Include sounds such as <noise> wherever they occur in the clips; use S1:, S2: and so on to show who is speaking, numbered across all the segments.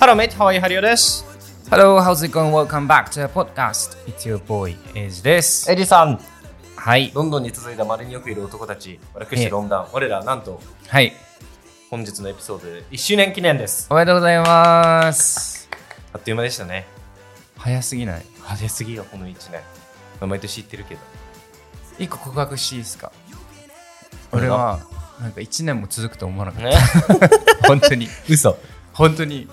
S1: Hello, mate. How are you? ハリオです。
S2: Hello, how's it going? Welcome back to the podcast. It's your boy, Age です。
S3: エリさん、
S2: はい。
S3: ロンドンに続いたまれによくいる男たち、略し
S2: し
S3: てて
S2: ロ
S3: ロンダン、我らなんと
S2: はい。
S3: 本日のエピソードで1周年記念です。
S2: おめでとうございます。
S3: あっという間でしたね。
S2: 早すぎない
S3: 派手すぎよ、この1年。まあ毎年言ってるけど。
S2: 一個告白していいですか俺
S3: 俺
S2: は
S3: は、
S2: なんか一年も続くと思わなかっ
S3: ね、
S2: た。 <laughs> 本当に。
S3: <laughs> 嘘。
S2: 本当に。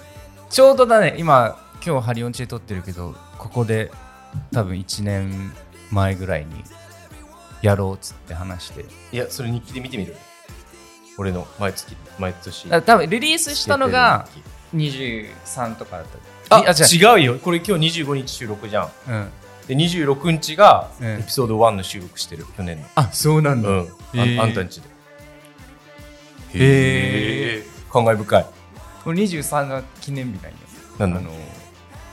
S2: ちょうどだね、今、今日ハリオンチで撮ってるけど、ここで多分一年前ぐらいにやろうっつって話して。
S3: いや、それ日記で見てみる俺の毎月、毎年。
S2: だから多分リリースしたのが
S3: 出てる
S2: 23とかだっ
S3: 日記
S2: た。
S3: あ
S2: う。
S3: 違うよ。これ今日25日収録じゃん。
S2: うん。
S3: で、26日が
S2: うん
S3: エピソード1の収録してる、去年の。
S2: あ、そうなんだ。
S3: うん。あ
S2: へー
S3: あんたんちで。
S2: へ
S3: え。感慨深い。
S2: これ23が記念日なんよ。
S3: な
S2: あ
S3: んだ
S2: の、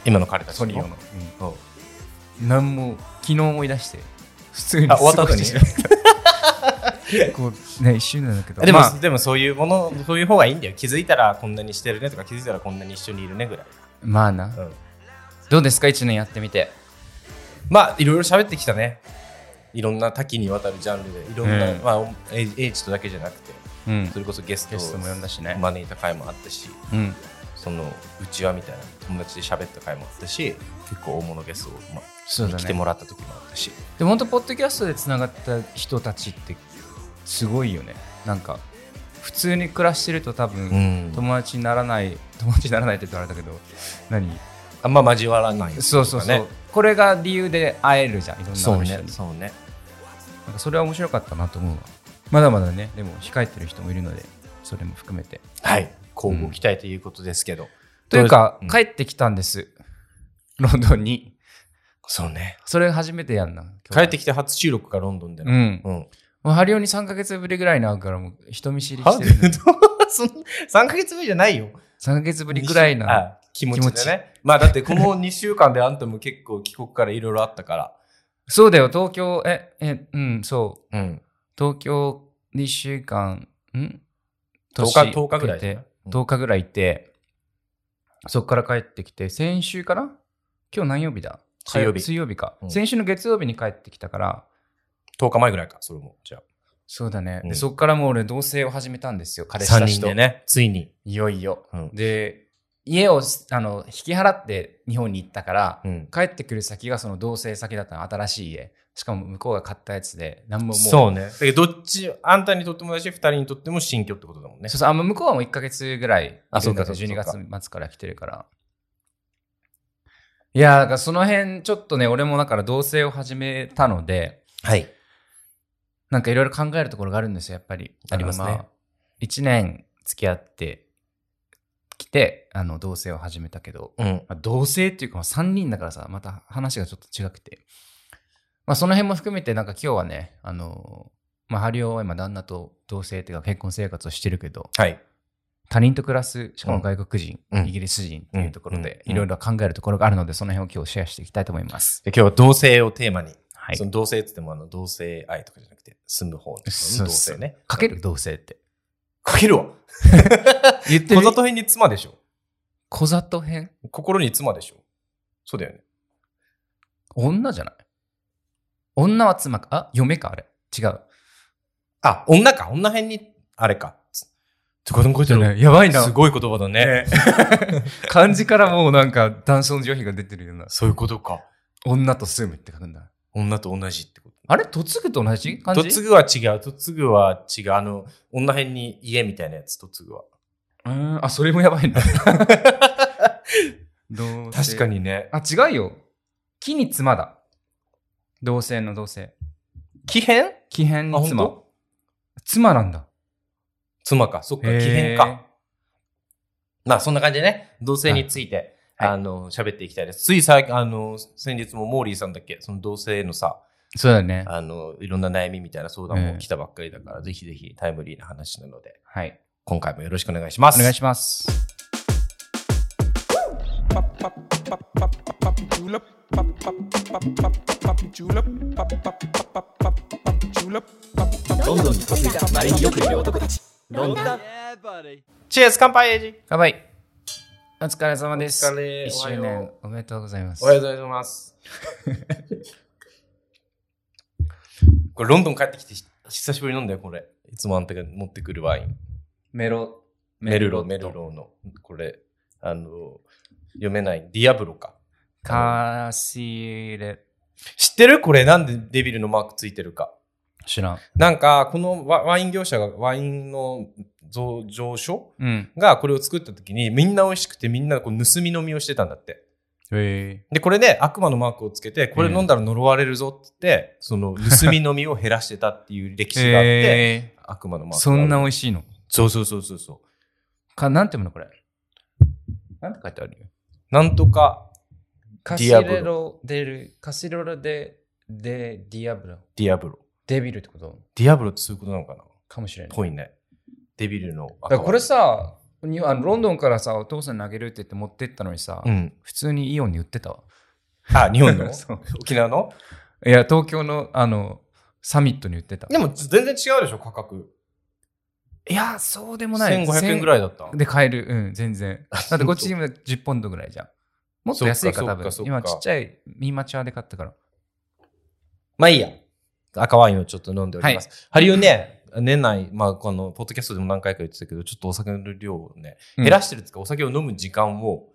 S3: 今の彼たち
S2: ソニオの。
S3: うん
S2: うんなんも、昨日思い出して、普通に
S3: あ終わった後に
S2: 過ごしてる結構ね、一瞬なんだけど。
S3: でも、
S2: まあ
S3: でもそういうもの、そういう方がいいんだよ。気づいたらこんなにしてるねとか、気づいたらこんなに一緒にいるねぐらい。
S2: まあな。
S3: うん
S2: どうですか、一年やってみて。
S3: まあ、いろいろ喋ってきたね。いろんな多岐にわたるジャンルで、いろんな、
S2: うん
S3: まあ、エイエイチとだけじゃなくて、
S2: うん
S3: そ。れこそゲスト
S2: ゲストも呼んだしね
S3: 招いた回もあったし、
S2: うん。
S3: その、うちわみたいな友達で喋った回もあったし、結構大物ゲストを、ま
S2: そうだね
S3: に来てもらった時もあったし、
S2: でも本当、ポッドキャストでつながった人たちって、すごいよね。なんか、普通に暮らしてると多分、
S3: うん
S2: 友達にならない、 <laughs> 友達にならないって言うとあれだけど、何
S3: あんま交わらない、
S2: そうそうそう。。これが理由で会えるじゃん、いろんな人
S3: そう
S2: に。
S3: ね、そうね。
S2: なんかそれは面白かったなと思うわ。まだまだね、でも控えてる人もいるので、それも含めて。
S3: はい。交互期待ということですけど。
S2: というか、
S3: ん
S2: 帰ってきたんです。ロンドンに。
S3: そうね。
S2: それ初めてやんな。
S3: 帰って
S2: き
S3: きて初収録がロンドンで
S2: う
S3: の。う
S2: ん。
S3: ん。
S2: もうハリオに3ヶ月ぶりぐらいに会うから、もう人見知り
S3: は
S2: し
S3: ど
S2: て
S3: う
S2: る。
S3: <laughs> その3ヶ月ぶりじゃないよ。
S2: 3ヶ月ぶりぐらいな。
S3: あ気持ちでね。まあだってこの2週間であんたも結構帰国からいろいろあったか
S2: そうだよ、東京、え、え、うん、そう。
S3: ら。うん。
S2: 東京2週間、ん
S3: 10日
S2: 年
S3: 10日ぐらい
S2: 経って
S3: うん
S2: 10日ぐらいいて、そっから帰ってきて、先週かな今日何曜日だ
S3: 水曜日
S2: 水曜日か、
S3: うん
S2: 先週の月曜日に帰ってきたから、
S3: 10日前ぐらいか、それも。じゃ
S2: そうだね。
S3: うん
S2: でそっからもう俺同棲を始めたんですよ、
S3: あ。
S2: 彼氏たち
S3: 人
S2: と。
S3: でね、ついに。
S2: いよいよ。
S3: うん。
S2: で、家をあの引き払って日本に行ったから、
S3: うん。
S2: 帰ってくる先がその同棲先だったの、新しい家。しかも向こうが買ったやつで、何ももう。
S3: そうね。だけど、どっち、あんたにとってもだし、2人にとっても新居ってことだもんね
S2: そ。うそうあもう向こうはもう1ヶ月ぐらい、
S3: あそうかそうか
S2: 12月末から来てるから。いやー、だからその辺、ちょっとね、俺もだから同棲を始めたので、
S3: はい。
S2: なんかいろいろ考えるところがあるんですよ、やっぱり。
S3: ありますね
S2: あのあ一年付き合ってきて、あの、同棲を始めたけど、
S3: うん。
S2: まあ、同棲っていうか、まあ3人だからさ、また話がちょっと違くて。まあ、その辺も含めて、なんか今日はね、あの、まあ、ハリオは今、旦那と同棲っていうか、結婚生活をしてるけど、
S3: はい。
S2: 他人と暮らす、しかも外国人、
S3: うん
S2: イギリス人っていうところで、
S3: うん
S2: いろいろ考えるところがあるので、その辺を今日シェアしていきたいと思います。
S3: で今日は同棲をテーマに。
S2: はい
S3: そ。の同棲って言っても、あの、同性愛とかじゃなくて、住む方の同
S2: そうそう
S3: 棲ね。
S2: かける同棲って。
S3: かけるわ。
S2: 言って
S3: 小
S2: る
S3: 里編に妻でしょ。
S2: 小里編
S3: 心に妻でしょ。そうだよね。
S2: 女じゃない女は妻か、あ、嫁か、あれ。違う。
S3: あ、女か。女編に、あれか。つってこと書いてある。
S2: やば
S3: すごい言葉だ
S2: <laughs>
S3: ね。
S2: 漢字からもうなんか男尊女卑が出てるような。
S3: そういうことか。
S2: 女と住むって書くんだ。
S3: 女と同じってこ
S2: あれ嫁ぐと同じ漢
S3: と。
S2: 字
S3: 嫁ぐは違う。嫁ぐは違う。あの、女編に家みたいなやつ、嫁
S2: <laughs>
S3: ぐは。
S2: うーん、あ、それもや
S3: <laughs>
S2: ばいな。同棲
S3: 確か。にね。
S2: あ、違うよ。木に妻だ。同性の同性。
S3: 奇変
S2: 木変
S3: あ
S2: に
S3: 本
S2: 妻
S3: 当。
S2: 妻なんだ。
S3: 妻か。そっか。奇変か。まあ、そんな感じでね。同性について、
S2: はい
S3: あの、喋っていきたいです。ついさ、あの、先日もモーリーさんだっけその同性のさ、
S2: へー。そうだね。
S3: あの、いろんな悩みみたいな相談も来たばっかりだから、ぜひぜひタイムリーな話なので、
S2: はい。
S3: 今回もよろしくお願いします。
S2: お願いします。
S4: ロンドンに嫁いだまれによくいる男たち
S3: チェーズ乾杯エイジ
S2: 乾杯。お疲れ様
S3: お
S2: です。
S3: 疲れ、
S2: 1
S3: おは
S2: 周
S3: よ
S2: 年おめでとうございます。
S3: う。おはようございます。これ、ロンドン帰ってきて、ひ久しぶりなんだよ、これ。いつもあんたが持ってくるワイン。
S2: メロ、
S3: メルロ、メル。ローの、これ、あの、読めない、ディアブロか。
S2: カーシーレ、
S3: 知ってるこれ、なんでデビルのマークついてるか。
S2: 知らん。
S3: なんか、このワワイン業者が、ワインの増上昇
S2: うん。
S3: がこれを作った時に、みんな美味しくて、みんなこう盗み飲みをしてたんだって。
S2: へ
S3: で、これで悪魔のマークをつけて、これ飲んだら呪われるぞって言って、そ
S2: <laughs>
S3: の盗み飲みを減らしてたっていう歴
S2: え。
S3: 史があって、
S2: へ
S3: 悪魔のマー
S2: ー
S3: ク。
S2: そんな美味しいの
S3: そうそうそうそうそう。
S2: か、なんて読むのこれ。なんて書いてある
S3: なんとか
S2: カ
S3: シレ
S2: ロデル、カシロロデ、デ、ディアブロ。
S3: ディアブロ。
S2: デビルってこと
S3: ディアブロってそういうことなのかな
S2: かもしれない。
S3: ぽいね。デビルの
S2: だ
S3: 赤
S2: か
S3: ワイ
S2: ら
S3: ン。
S2: これさ、にあのロンドンからさ、お父さんにあげるって言って持ってったのにさ、
S3: うん。
S2: 普通にイオンに売ってたわ。
S3: あ、日本の
S2: <laughs> そう
S3: 沖縄の
S2: いや、東京の、あの、サミットに売ってた。
S3: でも全然違うでしょ、価格。
S2: いや、そうでもない。
S3: 1500円ぐらいだった。
S2: で買える。うん、全然。だってこっち
S3: そう
S2: 今10ポンドぐらいじゃん。もっと安いか、
S3: そっ
S2: 多
S3: か
S2: 分
S3: そっかそっ。か
S2: 今ちっちゃいミーマチュアで買ったから。
S3: まあいいや。赤ワインをちょっと飲んでおります。ハリウね、年内、まあこの、ポッドキャストでも何回か言ってたけど、ちょっとお酒の量をね、
S2: うん
S3: 減らしてるっていうか、お酒を飲む時間を、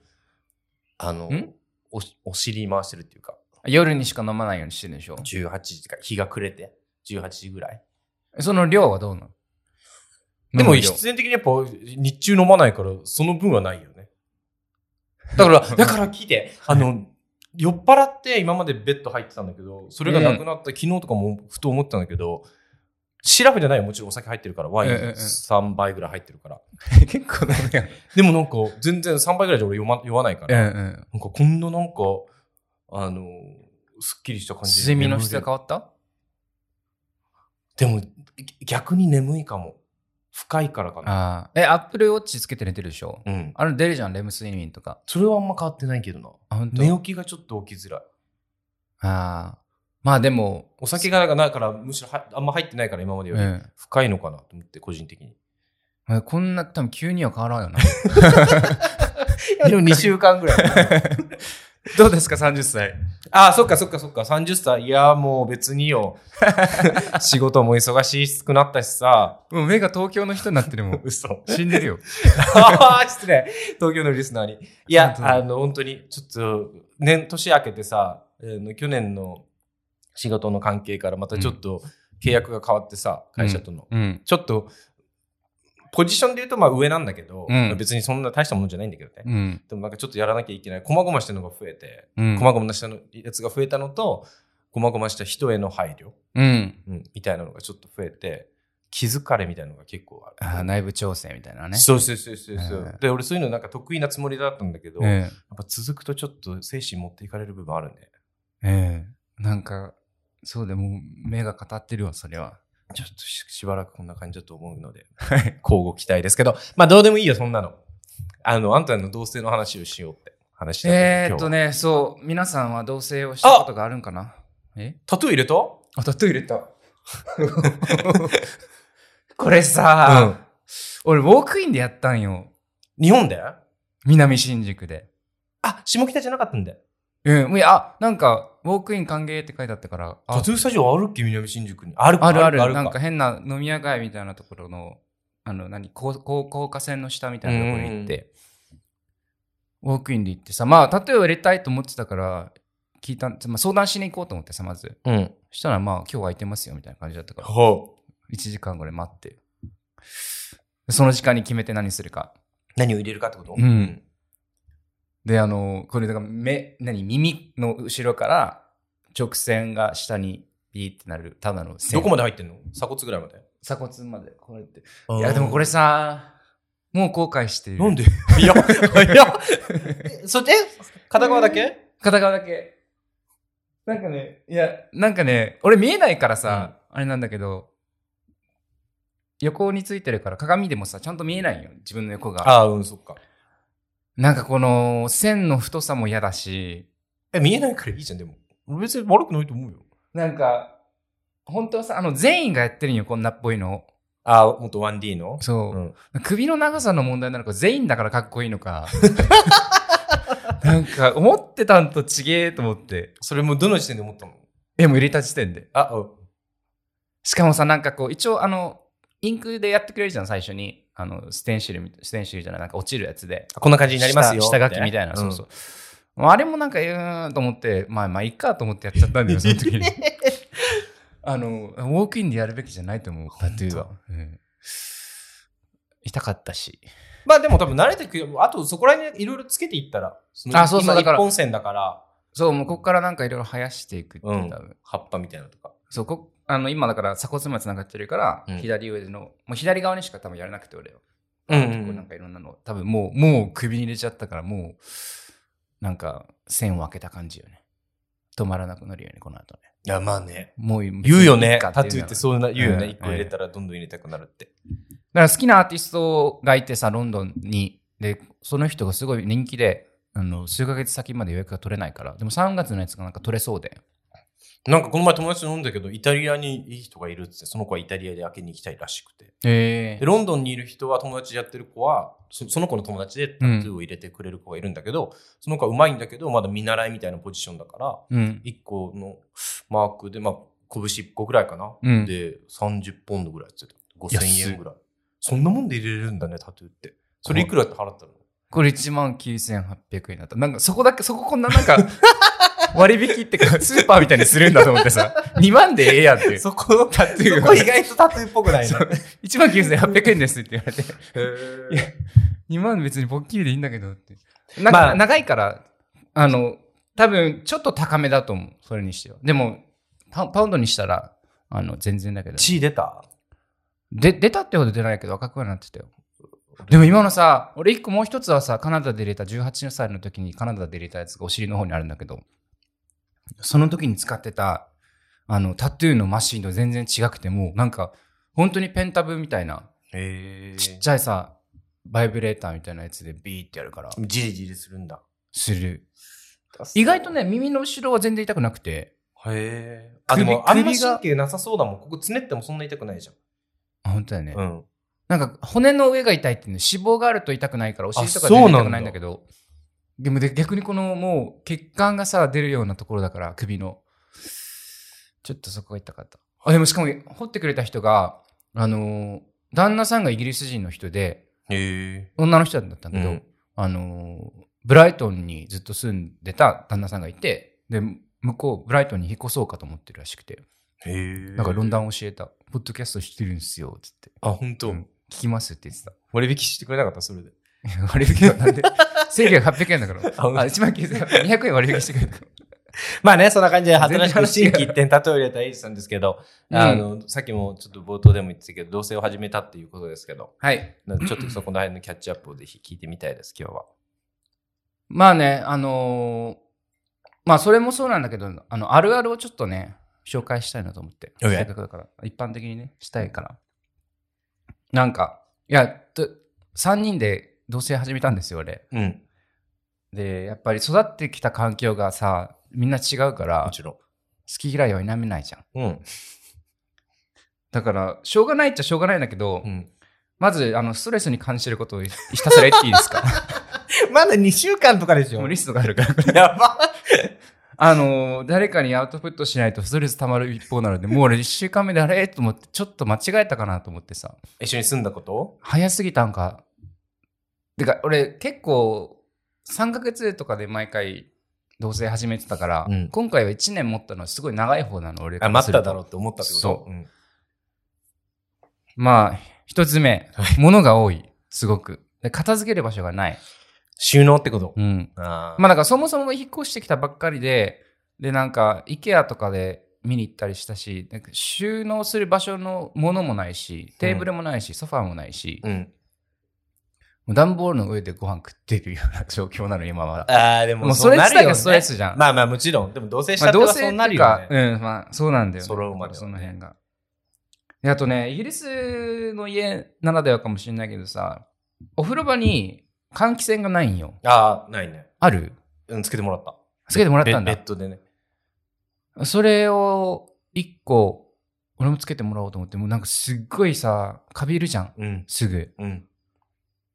S3: あの
S2: ん、
S3: おしお尻回してるっていうか、
S2: 夜にしか飲まないようにしてるでしょ。
S3: 18時か、日が暮れて、18時ぐらい。
S2: その量はどうなの
S3: でも
S2: 飲む
S3: <laughs>
S2: 量
S3: 必然的にやっぱ日中飲まないから、その分はないよね。だから、だから聞いて、あの、酔っ払って今までベッド入ってたんだけど、それがなくなった、昨日とかもふと思ったんだけど、シラフじゃないよ、もちろんお酒入ってるから、ワイン
S2: ええええ
S3: 3杯ぐらい入ってるから。
S2: 結構飲むやん。
S3: でもなんか、全然3杯ぐらいじゃ俺酔,、ま、酔わないか
S2: う
S3: ら、
S2: んう
S3: な
S2: ん。
S3: んかこんななんか、あの、すっきりした感じ
S2: 睡眠の質が変わった
S3: でも、逆に眠いかも。深いからかな。
S2: ああ。え、アップルウォッチつけて寝てるでしょ
S3: うん。
S2: あれ出るじゃん、レム睡眠とか。
S3: それはあんま変わってないけどな。
S2: あ、本当
S3: 寝起きがちょっと起きづらい。
S2: ああ。まあでも、
S3: お酒がなんかだから、むしろはあんま入ってないから今までよ
S2: う
S3: り
S2: ん。
S3: 深いのかなと思って、個人的に。
S2: まあこんな、多分急には変わらんよな。
S3: でも2週間ぐらい。
S2: <laughs> どうですか、30歳。
S3: ああ、そっかそっかそっか、30歳。いや、もう別によ。仕事も忙しくなったしさ。
S2: もう目が東京の人になってる <laughs> もん。
S3: 嘘。
S2: 死んでるよ。
S3: ああ、失礼。東京のリスナーに。いや
S2: 本、当に
S3: あの、本当に、ちょっと、年、年明けてさ、あの去年の仕事の関係からまたちょっと契約が変わってさ、会社との。
S2: うん。
S3: ちょっと、ポジションで言うとまあ上なんだけど、
S2: うん
S3: 別にそんな大したものじゃないんだけどね。
S2: うん。
S3: でもなんかちょっとやらなきゃいけない、こまごましたのが増えて、
S2: うん
S3: こまごましたのやつが増えたのと、こまごました人への配慮、
S2: うん。
S3: うんみたいなのがちょっと増えて、気づかれみたいなのが結構ある。
S2: あー内部調整みたいなね。
S3: そうそうそうそうそう、
S2: うん
S3: で、俺そういうのなんか得意なつもりだったんだけど、やっ
S2: え
S3: ぱ続くとちょっと精神持っていかれる部分あるね。
S2: え。ええ。なんか、そうでもう目が語ってるわ、それは。
S3: ちょっとししばらくこんな感じだと思うので、
S2: はい。
S3: 交互期待ですけど、まあどうでもいいよ、そんなの。あの、あんたの同性の話をしようって話だった
S2: えー、っ
S3: 今日
S2: と
S3: は
S2: ね、そう、皆さんは同棲をしたことがあるんかなえ
S3: タトゥー入れた
S2: あ、タトゥー入れた。これさ、俺、ウォークインでやったんよ。
S3: うん。日本で
S2: 南新宿で。
S3: あ、下北じゃなかったんだよ。
S2: うん、もういやあ、なんか、ウォークイン歓迎って書いてあったから、あ
S3: タトゥースタジオあるっけ南新宿に。あるか
S2: あるある
S3: ある
S2: なんか変な飲み屋街みたいなところの、あの、何、高高高架線の下みたいなところに行って、ウォークインで行ってさ、まあ、タトゥーを入れたいと思ってたから、聞いたん、まあ、相談しに行こうと思ってさ、まず。
S3: うん。
S2: そしたら、まあ、今日空いてますよみたいな感じだったから、
S3: ほう。
S2: 1時間ぐらい待って。その時間に決めて何するか。
S3: 何を入れるかってこと
S2: うん。で、あの、これだから目、何、耳の後ろから直線が下にビーってなる、ただの線
S3: どこまで入ってんの鎖骨ぐらいまで。
S2: 鎖骨まで、こうやって。いや、でもこれさ、もう後悔してる。
S3: なんでいや、いや、 <laughs> えそっち片側だけ
S2: 片側だけ。なんかね、いや、なんかね、俺見えないからさ、あれなんだけど、横についてるから鏡でもさ、ちゃんと見えないよ、自分の横が。
S3: ああ、うん、そっか。
S2: なんかこの線の太さも嫌だし、
S3: え、見えないからいいじゃん、でも。俺別に悪くないと思うよ。
S2: なんか、本当はさ、あの、全員がやってるんよ、こんなっぽいの。
S3: あー、もっと 1D の
S2: そう、
S3: ん
S2: 首の長さの問題なのか、全員だからかっこいいのか。なんか、思ってたんとちげえと思って。
S3: それもどの時点で思ったの
S2: え、もう入れた時点で。
S3: あ、うん
S2: しかもさ、なんかこう、一応、あの、インクでやってくれるじゃん、最初に。あの、ステンシルみ、ステンシルじゃない、なんか落ちるやつで。
S3: こんな感じになりますよ。
S2: 下下書きみたいな、
S3: ん
S2: そうそう。もうあれもなんか、うーんと思って、まあまあいいかと思ってやっち
S3: <laughs>
S2: ゃったんだよ、その時に。あの、ウォークインでやるべきじゃないと思う、タトゥーは。うん痛かったし。
S3: まあでも多分慣れてくよ。あとそこら辺いろいろつけていったら。の
S2: あそうそう
S3: 今
S2: だから
S3: 一本線だから、
S2: そう、もうここからなんかいろいろ生やしていくって、多
S3: うん
S2: 分。
S3: 葉っぱみたいなのとか。
S2: そう、こあの、今だから鎖骨まで繋がってるから、
S3: うん
S2: 左上の、もう左側にしか多分やれなくて、俺は。
S3: うんうん
S2: こなんかいろんなの、多分もう、もう首に入れちゃったから、もう、なんか、線を開けた感じよね。止まらなくなるよね、この後ね。
S3: いや、まあね。
S2: もう
S3: 言うよね。タトゥーって
S2: う。
S3: そうな、言うよね。
S2: うん
S3: 一個入れたらどんどん入れたくなるって。
S2: だから好きなアーティストがいてさ、ロンドンに。で、その人がすごい人気で、あの、数ヶ月先まで予約が取れないから。でも3月のやつがなんか取れそうで。
S3: なんかこの前友達と飲んだけど、イタリアにいい人がいるっつって、その子はイタリアで開けに行きたいらしくて。
S2: え
S3: でロンドンにいる人は友達でやってる子はそその子の友達でタトゥーを入れてくれる子がいるんだけど、その子はうまいんだけどまだ見習いみたいなポジションだから
S2: うん。
S3: 1個のマークでまあ拳1個ぐらいかな、
S2: うん
S3: で30ポンドぐらいやってた
S2: 安
S3: 5000
S2: い
S3: 円ぐらいそんなもんで入れれるんだねタトゥーってそれいくらって払ったの
S2: これ1万9800円だった。なんかそこだけ、そここんななんか、 <laughs> 割引ってか、スーパーみたいにするんだと思ってさ、2万でええやんっていう。 <laughs>
S3: そこのタト
S2: ゥーが
S3: 意外とタトゥーっぽくないね
S2: そう1万9800円ですって言われて、
S3: い
S2: <laughs>
S3: や
S2: 2万別にポッキリでいいんだけどって。なんか、
S3: まあ
S2: 長いから、あの、多分ちょっと高めだと思う。それにしては。でも、パパウンドにしたら、あの、全然だけど。
S3: 血出た
S2: で、出たってほど出ないけど赤くはなってたよ。でも今のさ、俺一個もう一つはさ、カナダで入れた18歳の時にカナダで入れたやつがお尻の方にあるんだけど、その時に使ってた、あの、タトゥーのマシンと全然違くて、もうなんか、本当にペンタブみたいな、
S3: へえ
S2: ちっちゃいさ、バイブレーターみたいなやつでビーってやるから、
S3: ジリジリするんだ
S2: する。意外とね、耳の後ろは全然痛くなくて、
S3: へえあ
S2: 首
S3: でもあんま
S2: 首が
S3: 神経なさそうだもんここつねってもそんな痛くないじゃん
S2: あ、本当だよね。
S3: うん
S2: なんか骨の上が痛いっていうの脂肪があると痛くないからお尻とか
S3: あ
S2: 全
S3: そうな
S2: 然
S3: んだ
S2: 痛くないんだけどでもで逆にこのもう血管がさ出るようなところだから首のちょっとそこが痛かったあでもしかも掘ってくれた人があのー旦那さんがイギリス人の人で
S3: へえ
S2: 女の人だったんだけど、
S3: うん
S2: あのーブライトンにずっと住んでた旦那さんがいてで向こうブライトンに引っ越そうかと思ってるらしくて
S3: へ
S2: なんかロンダ
S3: ン。
S2: ン教えた「ポッドキャストしてるんすよ」っつって
S3: あ、本当、
S2: うん「聞きます」って言ってた <laughs>
S3: 割引してくれなかった、それで。
S2: 割引は
S3: <laughs>
S2: なんで ?1800 円だから。
S3: あうん
S2: あ、1万9200円割引してくれた。
S3: <laughs> まあね、そんな感じで、
S2: 全然
S3: 新しく新規一点例え入れたエイジさんですけど、 <laughs> あの、さっきもちょっと冒頭でも言ってたけど、同棲を始めたっていうことですけど、
S2: はい。
S3: なちょっとそこの辺のキャッチアップをぜひ聞いてみたいです、今日は。
S2: まあね、あのーまあそれもそうなんだけど、あの、あるあるをちょっとね、紹介したいなと思って。
S3: OK
S2: せっかくだから、一般的にね、したいから。なんか、いや、と3人で同棲始めたんですよ、俺。
S3: うん。
S2: で、やっぱり育ってきた環境がさ、みんな違うから、
S3: も
S2: 好
S3: ちろん。
S2: き嫌いは否めないじゃん。
S3: うん。
S2: だから、しょうがないっちゃしょうがないんだけど、
S3: うん、
S2: まず、あの、ストレスに感じてることをひたすら言っていいですか
S3: まだ2週間とか <laughs> でし
S2: もうリストがあるから。
S3: やば
S2: <laughs> あのー誰かにアウトプットしないとストレス溜まる一方なので、もう俺1週間目であれと思って、ちょっと間違えたかなと思ってさ、
S3: 一緒に住んだこと
S2: 早すぎたんか。てか、俺結構、3ヶ月とかで毎回、同棲始めてたから、
S3: うん
S2: 今回は1年持ったのはすごい長い方なの、俺か
S3: あ、
S2: ら
S3: 待
S2: す
S3: っ
S2: る
S3: た
S2: と
S3: だろうって思ったってこと。
S2: そう
S3: ん、
S2: まあ、一つ目、物が多い、すごく。で片付ける場所がない。
S3: 収納ってこと。
S2: うん。
S3: あー
S2: まあだからそもそも引っ越してきたばっかりで、でなんか IKEA とかで見に行ったりしたし、なんか収納する場所のものもないし、テーブルもないし、ソファーもないし、
S3: うん。
S2: もう段ボールの上でご飯食ってるような状況なの今は。
S3: ああ、でも
S2: もうそれ自体がス
S3: そ
S2: ト
S3: うなるよね
S2: レスじゃん。
S3: まあまあもちろん。でも同棲し
S2: ま
S3: た
S2: あ
S3: って
S2: どう
S3: は
S2: せ
S3: そうな
S2: って
S3: る
S2: いう
S3: よ
S2: か
S3: ね、。
S2: うん、まあそうなんだよね。
S3: 揃うまではね
S2: その辺が。であとね、イギリスの家ならではかもしれないけどさ、お風呂場に換気扇がないんよ。
S3: ああ、ないね。
S2: ある
S3: うん、つけてもらった。
S2: つけてもらったんだ
S3: ベベッドでね。
S2: それを一個俺もつけてもらおうと思って、もうなんかすっごいさ、カビいるじゃん、
S3: うん。
S2: すぐ。
S3: うん。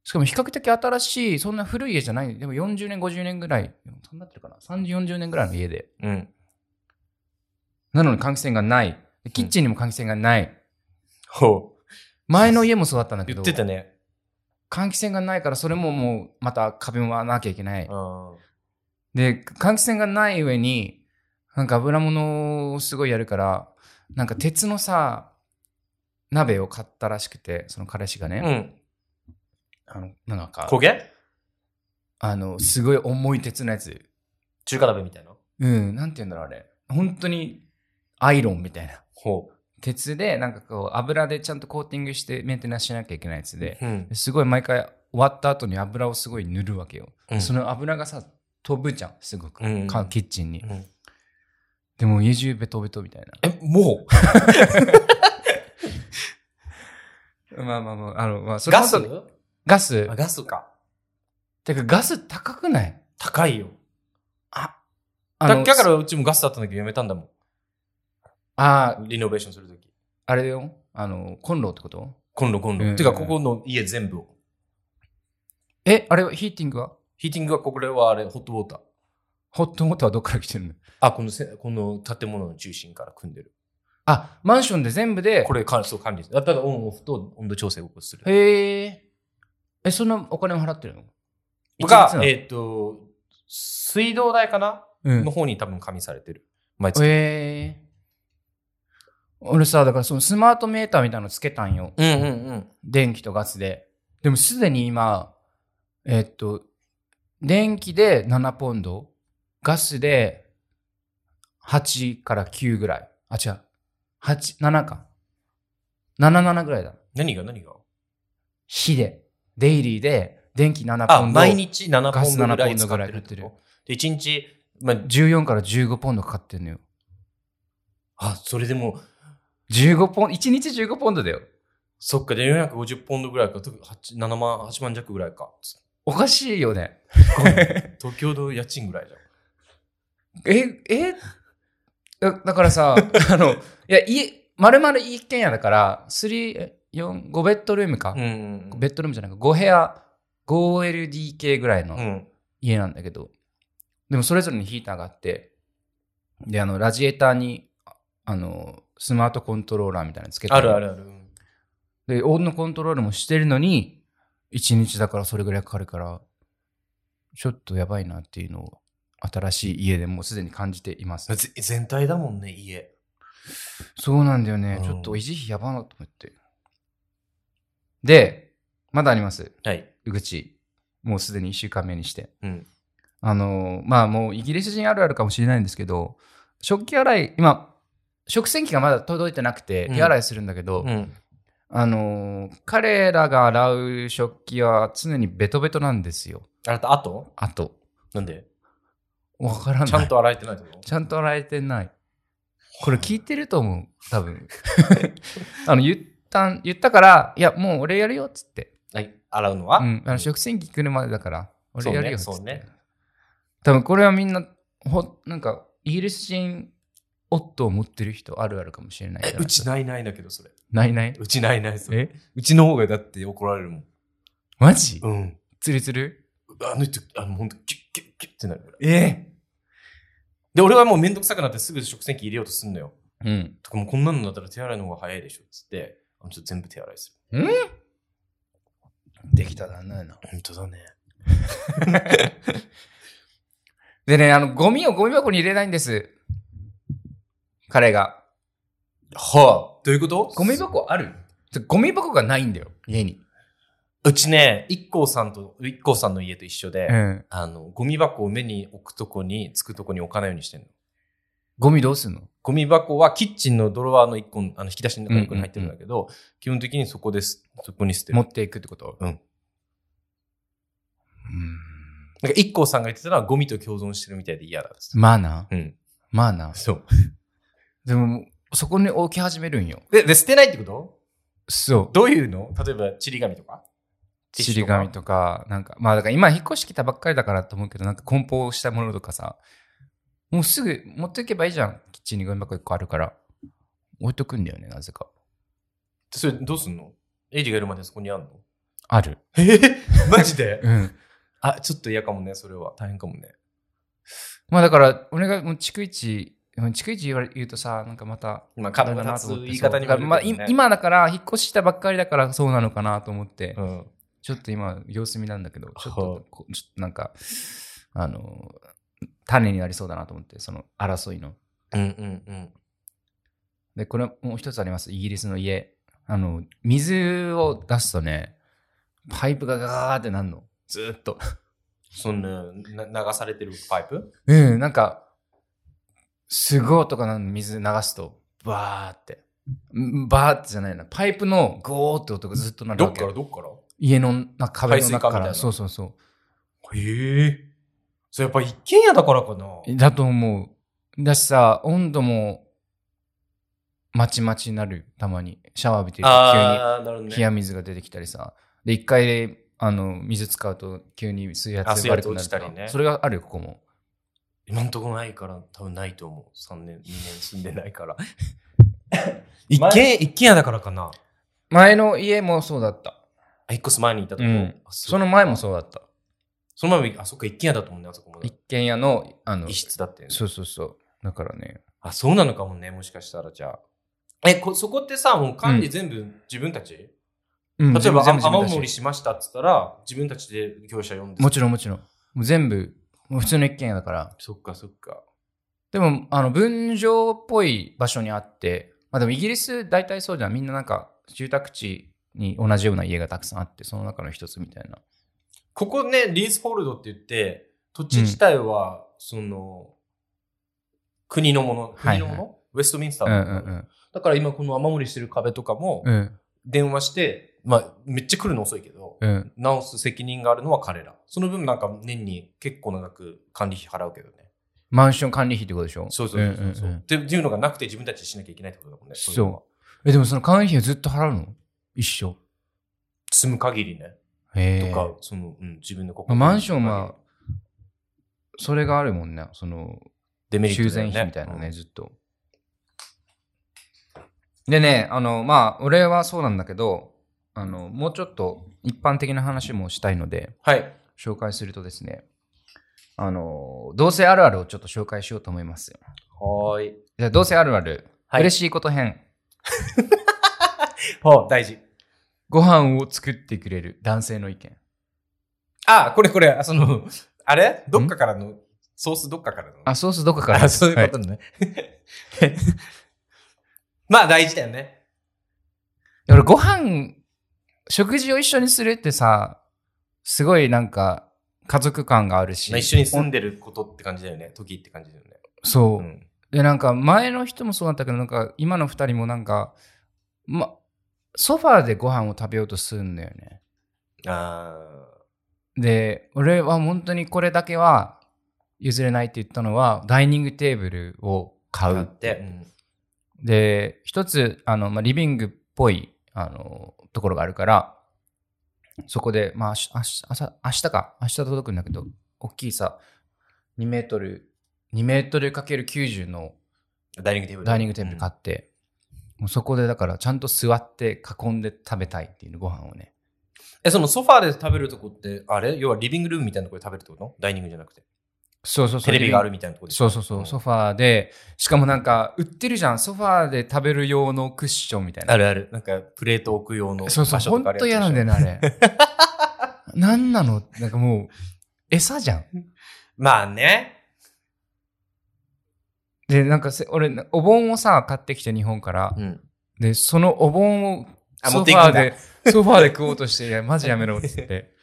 S2: しかも比較的新しい、そんな古い家じゃない、でも40年、50年ぐらい、そんなってるかな、30、40年ぐらいの家で。
S3: うん。
S2: なのに換気扇がない。でキッチンにも換気扇がない。
S3: ほう。
S2: 前の家もそうだったんだけ
S3: 言
S2: ど、
S3: ってたね。
S2: 換気扇がないから、それももう、また壁もなきゃいけな
S3: う
S2: い。
S3: ん。
S2: で、換気扇がない上に、なんか油物をすごいやるから、なんか鉄のさ、鍋を買ったらしくて、その彼氏が
S3: う
S2: ね、
S3: ん。
S2: あの、なんか、
S3: 焦げ
S2: あの、すごい重い鉄のやつ。
S3: 中華鍋みたいな。
S2: うん、なんて言うんだろう、あれ。本当に、アイロンみたいな。
S3: ほ
S2: 鉄で、なんかこう、油でちゃんとコーティングしてメンテナンスしなきゃいけないやつで、
S3: う。うん。
S2: すごい毎回終わった後に油をすごい塗るわけよ。
S3: うん
S2: その油がさ、飛ぶじゃん、すごく。
S3: うん
S2: かキッチンに。
S3: うん
S2: でも家中ベトベトみたいな。
S3: え、も
S2: まあまあまあ、あの、まあ、
S3: う
S2: それ
S3: ガ
S2: こ
S3: ス
S2: そガス
S3: あガスか。
S2: てかガス高くない
S3: 高いよ。
S2: あ、あ
S3: だ
S2: の
S3: だからうちもガスだったんだけどやめたんだも
S2: あ、
S3: ん。リノベーションするとき。
S2: あれよ。あの、コンロってこと
S3: コンロコンロ。
S2: うん
S3: てか、ここの家全部を。
S2: え、あれはヒーティングは
S3: ヒーティングは、これはあれ、ホットウォーター。
S2: ホットモーターはどっから来てるの
S3: あ、このせ、この建物の中心から組んでる。
S2: あ、マンションで全部で。
S3: これ、管そう管理する。あただ、オンオフと温度調整をする。
S2: へえ。え、そんなお金を払ってるの一律な
S3: が、
S2: の
S3: えっ、と、水道代かな、
S2: うん
S3: の。方に多分加味されてる。毎月。
S2: へえ。俺さ、だからそのスマートメーターみたいなのつけたんよ。
S3: うんうんうん。
S2: 電気とガスで。でもすでに今、えっと、電気で7ポンド、ガスで8から9ぐらい。あ、違う。8、7か。77ぐらいだ。
S3: 何が何が
S2: 火で、デイリーで、電気7
S3: あ、
S2: ポンド。
S3: 毎日7ポ
S2: ガ
S3: ン
S2: ス
S3: ドぐら
S2: 7ポ
S3: い
S2: ン
S3: 使
S2: ド
S3: っ
S2: ぐら
S3: てる
S2: い買
S3: っ
S2: って
S3: て
S2: る
S3: こと。で、1日、まあ、
S2: 14から15ポンドかかってんのよ。
S3: あ、それでも、
S2: 15ポン、1日15ポンドだよ。
S3: そっか、で450ポンドぐらいか、と8 7万、8万弱ぐらいか。
S2: おかしいよね。
S3: 東京の家賃ぐらいじゃん。
S2: え、えだだから
S3: <laughs>
S2: さ、あの、いや、家、まるまる一軒家だから、3、4、5ベッドルームか。
S3: ん
S2: ベッドルームじゃないか、5部屋、5LDK ぐらいの
S3: うん。
S2: 家なんだけど、でもそれぞれにヒーターがあって、で、あの、ラジエーターに、ああの、スマートコントローラーみたいなのつけて、
S3: あるあるある。うん
S2: で、温度コントロールもしてるのに、1日だからそれぐらいかかるから、ちょっとやばいなっていうのを、新しい家でもうすでに感じています。
S3: ぜ全体だもんね、家。
S2: そうなんだよね
S3: う。ん
S2: ちょっと維持費やばなと思って。で、まだあります。
S3: はい。
S2: うぐち。もうすでに1週間目にして。
S3: うん。
S2: あのー、まあもうイギリス人あるあるかもしれないんですけど、食器洗い、今、食洗機がまだ届いてなくて
S3: うん
S2: 手洗いするんだけど、
S3: うん。
S2: あのー、彼らが洗う食器は常にベトベトなんですよ。
S3: あなた、あと
S2: あと。
S3: なんで
S2: わからない。
S3: ちゃん。と洗えてないってこと
S2: ちゃんと洗えてない。これ聞いてると思う。多分。 <laughs> あの、言ったん、言ったから、いや、もう俺やるよっつって。
S3: はい。洗うのは、
S2: うん、あの食洗機来るまでだから、
S3: そう
S2: 俺
S3: ね
S2: やるよっつって。
S3: そうね
S2: 多分これはみんな、ほなんか、イギリス人、夫を持ってる人あるあるかもしれないじゃ
S3: え
S2: ないう
S3: ちないないだけど、それ。
S2: ないない。
S3: うちないない、それ。
S2: え
S3: うちの方がだって怒られるもん。
S2: マジ
S3: うん。
S2: つるつる
S3: あの人、あの、ほんと、キュッキュッキュッってなるぐらい。
S2: え
S3: で、俺はもうめんどくさくなってすぐ食洗機入れようとすんのよ。
S2: うん。
S3: とかもうこんなのだったら手洗いの方が早いでしょ、つって。あの人全部手洗いする。
S2: できたらなんないな。
S3: 本当だね。
S2: でね、あの、ゴミをゴミ箱に入れないんです。彼が。
S3: はあ。どういうこと
S2: ゴミ箱あるゴミ箱がないんだよ、家に。
S3: うちね、一光さんと、一光さんの家と一緒で、
S2: うん。
S3: あの、ゴミ箱を目に置くとこに、つくとこに置かないようにしてんの。
S2: ゴミどうすんの
S3: ゴミ箱はキッチンのドロワーの一個の、あの、引き出しの中の一個に入ってるんだけど、基本的にそこです、そこに捨てる。
S2: 持
S3: なん
S2: っ
S3: か
S2: ていくってこと
S3: うん
S2: う
S3: 一光さんが言ってたのはゴミと共存してるみたいで嫌だっつっ
S2: ーん。マナー
S3: て。うん。
S2: マナー
S3: そう。
S2: でも、そこに置き始めるんよ。
S3: で、で、捨てないってこと
S2: そう。
S3: どういうの例えば、ちり紙とかティッシュ
S2: ちり
S3: とか
S2: 紙とか、なんか、まあだから今引っ越してきたばっかりだからと思うけど、なんか梱包したものとかさ、もうすぐ持っていけばいいじゃん。キッチンにゴミ箱1個あるから。置いとくんだよね、なぜか。
S3: それどうすんのエイジがいるまでそこにあんの
S2: ある。
S3: えー、マジで
S2: うん。
S3: あ、ちょっと嫌かもね、それは。大変かもね。
S2: まあだから、俺がもう逐一、うん逐一言われ言うとさ、なんかまた、
S3: まあ、
S2: あ
S3: 体
S2: れだ
S3: が
S2: な
S3: 立
S2: と
S3: つ
S2: 思って
S3: 言い方にも
S2: そ
S3: よ
S2: う
S3: る
S2: だ
S3: けどね
S2: からまあ、い今だから、引っ越ししたばっかりだからそうなのかなと思って、
S3: うん。
S2: ちょっと今、様子見なんだけど、ちょっ
S3: は
S2: とこ、ちょっとなんか、あの、種になりそうだなと思って、その争いの。
S3: うんうんうん。
S2: で、これもう一つあります。イギリスの家。あの、水を出すとね、パイプがガーってなるの。ずーっと。
S3: <laughs> そんな、な流されてるパイプ
S2: うん、なんか、すごいとかなの水流すと、バーって。んバーってじゃないな。パイプのゴーって音がずっとなる
S3: ど
S2: わ
S3: っ
S2: け。
S3: からどっから
S2: 家のな壁の中
S3: 排水管
S2: か
S3: みたい
S2: ら。
S3: な
S2: そうそうそ
S3: へえ。それやっぱ一軒家だからかな。
S2: う。だと思う。だしさ、温度も、まちまちになる、たまに。シャワー浴びてると
S3: ああ、なるほど
S2: 急に冷
S3: ね。
S2: や水が出てきたりさ。で、一回で、あの、水使うと急に水
S3: あ
S2: 圧
S3: 水
S2: が悪
S3: 圧
S2: く
S3: 落
S2: なる
S3: ち
S2: と
S3: た
S2: か
S3: りね
S2: それがあるよ、ここも。
S3: 今んとこないから、多分ないと思う。3年、2年住んでない <laughs> から。一
S2: 一
S3: 軒、一軒家だからかな。
S2: 前の家もそうだった。
S3: あ、引っ越す前にいたとこ。
S2: うん
S3: あ
S2: そ
S3: そ
S2: の
S3: の、
S2: 前もそうだった。
S3: その前も、あ、そっか、一軒家だと思うね、あそこもね。
S2: 一軒家の、あの、
S3: 一室だって、ね。
S2: そうそうそう。だからね。
S3: あ、そうなのかもね、もしかしたら、じゃあ。え、こそこってさ、もう管理全部自分たち、例えば、あ
S2: 全部全部
S3: 雨
S2: だし
S3: 漏りしましたって言ったら、自分たちで業者呼んで。
S2: もちろんもちろん。もう全部、もう普通の一軒家だから。
S3: そっか、そっか。
S2: でも、あの、分譲っぽい場所にあって、まあでもイギリス大体そうじゃん。みんななんか、住宅地に同じような家がたくさんあって、その中の一つみたいな。
S3: ここね、リースホールドって言って、土地自体は、その、国のもの、
S2: はいはい
S3: 国のもの、ウェストミンスタ
S2: う
S3: ー
S2: ん
S3: の
S2: う
S3: もの、
S2: ん
S3: だから今この雨漏りしてる壁とかも
S2: う、ん。うん
S3: 電話して、まあ、めっちゃ来るの遅いけど、
S2: うん。
S3: 直す責任があるのは彼ら。その分なんか年に結構な額管理費払うけどね。
S2: マンション管理費ってことでしょ
S3: そうそうそうそう。
S2: んんん
S3: ってっていうのがなくて自分たちでしなきゃいけないってことだもんね。
S2: そう
S3: れは
S2: え、でもその管理費はずっと払うの一緒。
S3: 住む限りね。
S2: へえ。
S3: とか、その、うん、自分のこ
S2: まあマンションは、それがあるもんね。その、
S3: デメリット
S2: 修
S3: だよ
S2: 繕
S3: ね
S2: 費みたいなね、。ずっと。でね、あの、まあ、俺はそうなんだけど、あの、もうちょっと一般的な話もしたいので、
S3: うんはい。
S2: 紹介するとですね、あの、同性あるあるをちょっと紹介しようと思います。
S3: はーい。
S2: じゃあ、同性あるある、
S3: はい
S2: 嬉しいこと編。
S3: ほう、大事。
S2: ご飯を作ってくれる男性の意見。
S3: あ、これこれ、あその、あれどっかからの、ソースどっかからの。
S2: あ、ソースどこか
S3: あ
S2: ら
S3: そういうことね。まあ、大事だよね。
S2: いや俺ご飯食事を一緒にするってさすごいなんか家族感があるし
S3: まあ一緒に住んでることって感じだよね。時って感じだよね。
S2: そう、
S3: うん。
S2: でなんか前の人もそうだったけどなんか今の二人もなんかまソファーでご飯を食べようとするんだよね
S3: あ
S2: で俺は本当にこれだけは譲れないって言ったのはダイニングテーブルを買
S3: あ。
S2: う
S3: だって、うん
S2: で、一つ、あの、まあ、リビングっぽい、あの、ところがあるから、そこで、まあ、明日、明日明日か、明日届くんだけど、大きいさ、2メートル、2メートルかける90の
S3: ダイニングテーブル。
S2: ダイニングテーブル買って、もうそこでだから、ちゃんと座って囲んで食べたいっていうご飯をね。
S3: え、そのソファーで食べるとこって、あれ要はリビングルームみたいなとこで食べるってことダイニングじゃなくて。
S2: そうそうそう。
S3: テレビがあ
S2: リビ
S3: る
S2: ン
S3: みたいなとこ
S2: グ
S3: で。
S2: そうそうそう、
S3: ん
S2: ソファーで、しかもなんか、売ってるじゃん、ソファーで食べる用のクッションみたいな
S3: あ。るある。なんか、プレート置く用の場
S2: そ
S3: 所
S2: うそう、ほ
S3: と
S2: ん
S3: かある
S2: と嫌なんだよ
S3: ね。
S2: ね、あれ。
S3: <laughs>
S2: なんなのなんかもう、餌じゃん。
S3: まあね。
S2: で、なんかせ、俺、お盆をさ、買ってきて日本から。
S3: うん。
S2: で、そのお盆を
S3: あ
S2: ソ
S3: 持って
S2: フ
S3: いくんだ
S2: ァーで、ソファーで食おうとして、いや、マジやめろって
S3: <laughs>
S2: 言って。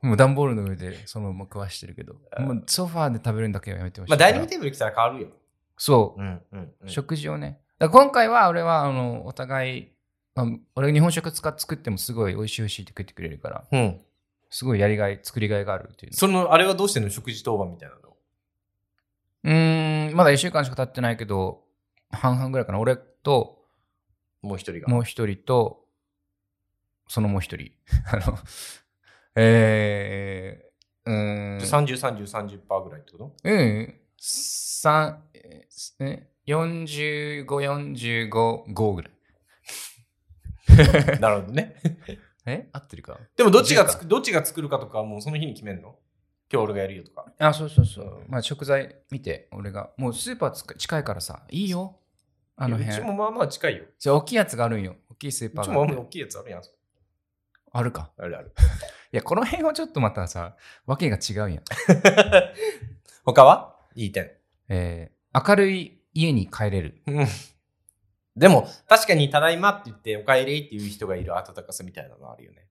S2: もう段ボールの上でそのまま食わしてるけど、もうソファーで食べるんだけはやめてほしい
S3: まあ、
S2: から。
S3: ダイニングテーブル来たら変わるよ。
S2: そう、
S3: んうん、うん。
S2: 食事をね。だから今回は俺は、あの、お互い、まあ、俺日本食使って作ってもすごい美味しい美味しいって食ってくれるから、
S3: うん。
S2: すごいやりがい、作りがいがあるっていうの
S3: その、あれはどうしてんの食事当番みたいなの。
S2: うーん、まだ1週間しか経ってないけど、半々ぐらいかな。俺と、
S3: もう一人が。
S2: もう一人と、そのもう一人。 <laughs> あの、えー、うーん、
S3: 30、30、30%ぐらいってこと
S2: うん、三、えーえ45、45、5ぐらい。
S3: なるほどね。
S2: え合ってるか
S3: <laughs> でもどっちがつく、どっちが作るかとかはもうその日に決めるの今日俺がやるよとか。
S2: あ、そうそうそう。まあ食材見て、俺が。もうスーパーつく近いからさ、いいよ。あの
S3: うち
S2: 辺。
S3: もまあまあ近いよ。
S2: じゃあ大きいやつがあるんよ。大きいスー
S3: う
S2: パ
S3: ち
S2: ー
S3: もあ
S2: があ
S3: んま
S2: る
S3: り大きいやつあるやん。
S2: あるか。
S3: あるあ <laughs> る。
S2: いや、この辺はちょっとまたさ、わけが違うんや。
S3: 他はいい点。
S2: えー、明るい家に帰れる。
S3: うんでも、確かにただいまって言って、おかえりっていう人がいる温かさみたいなのあるよね。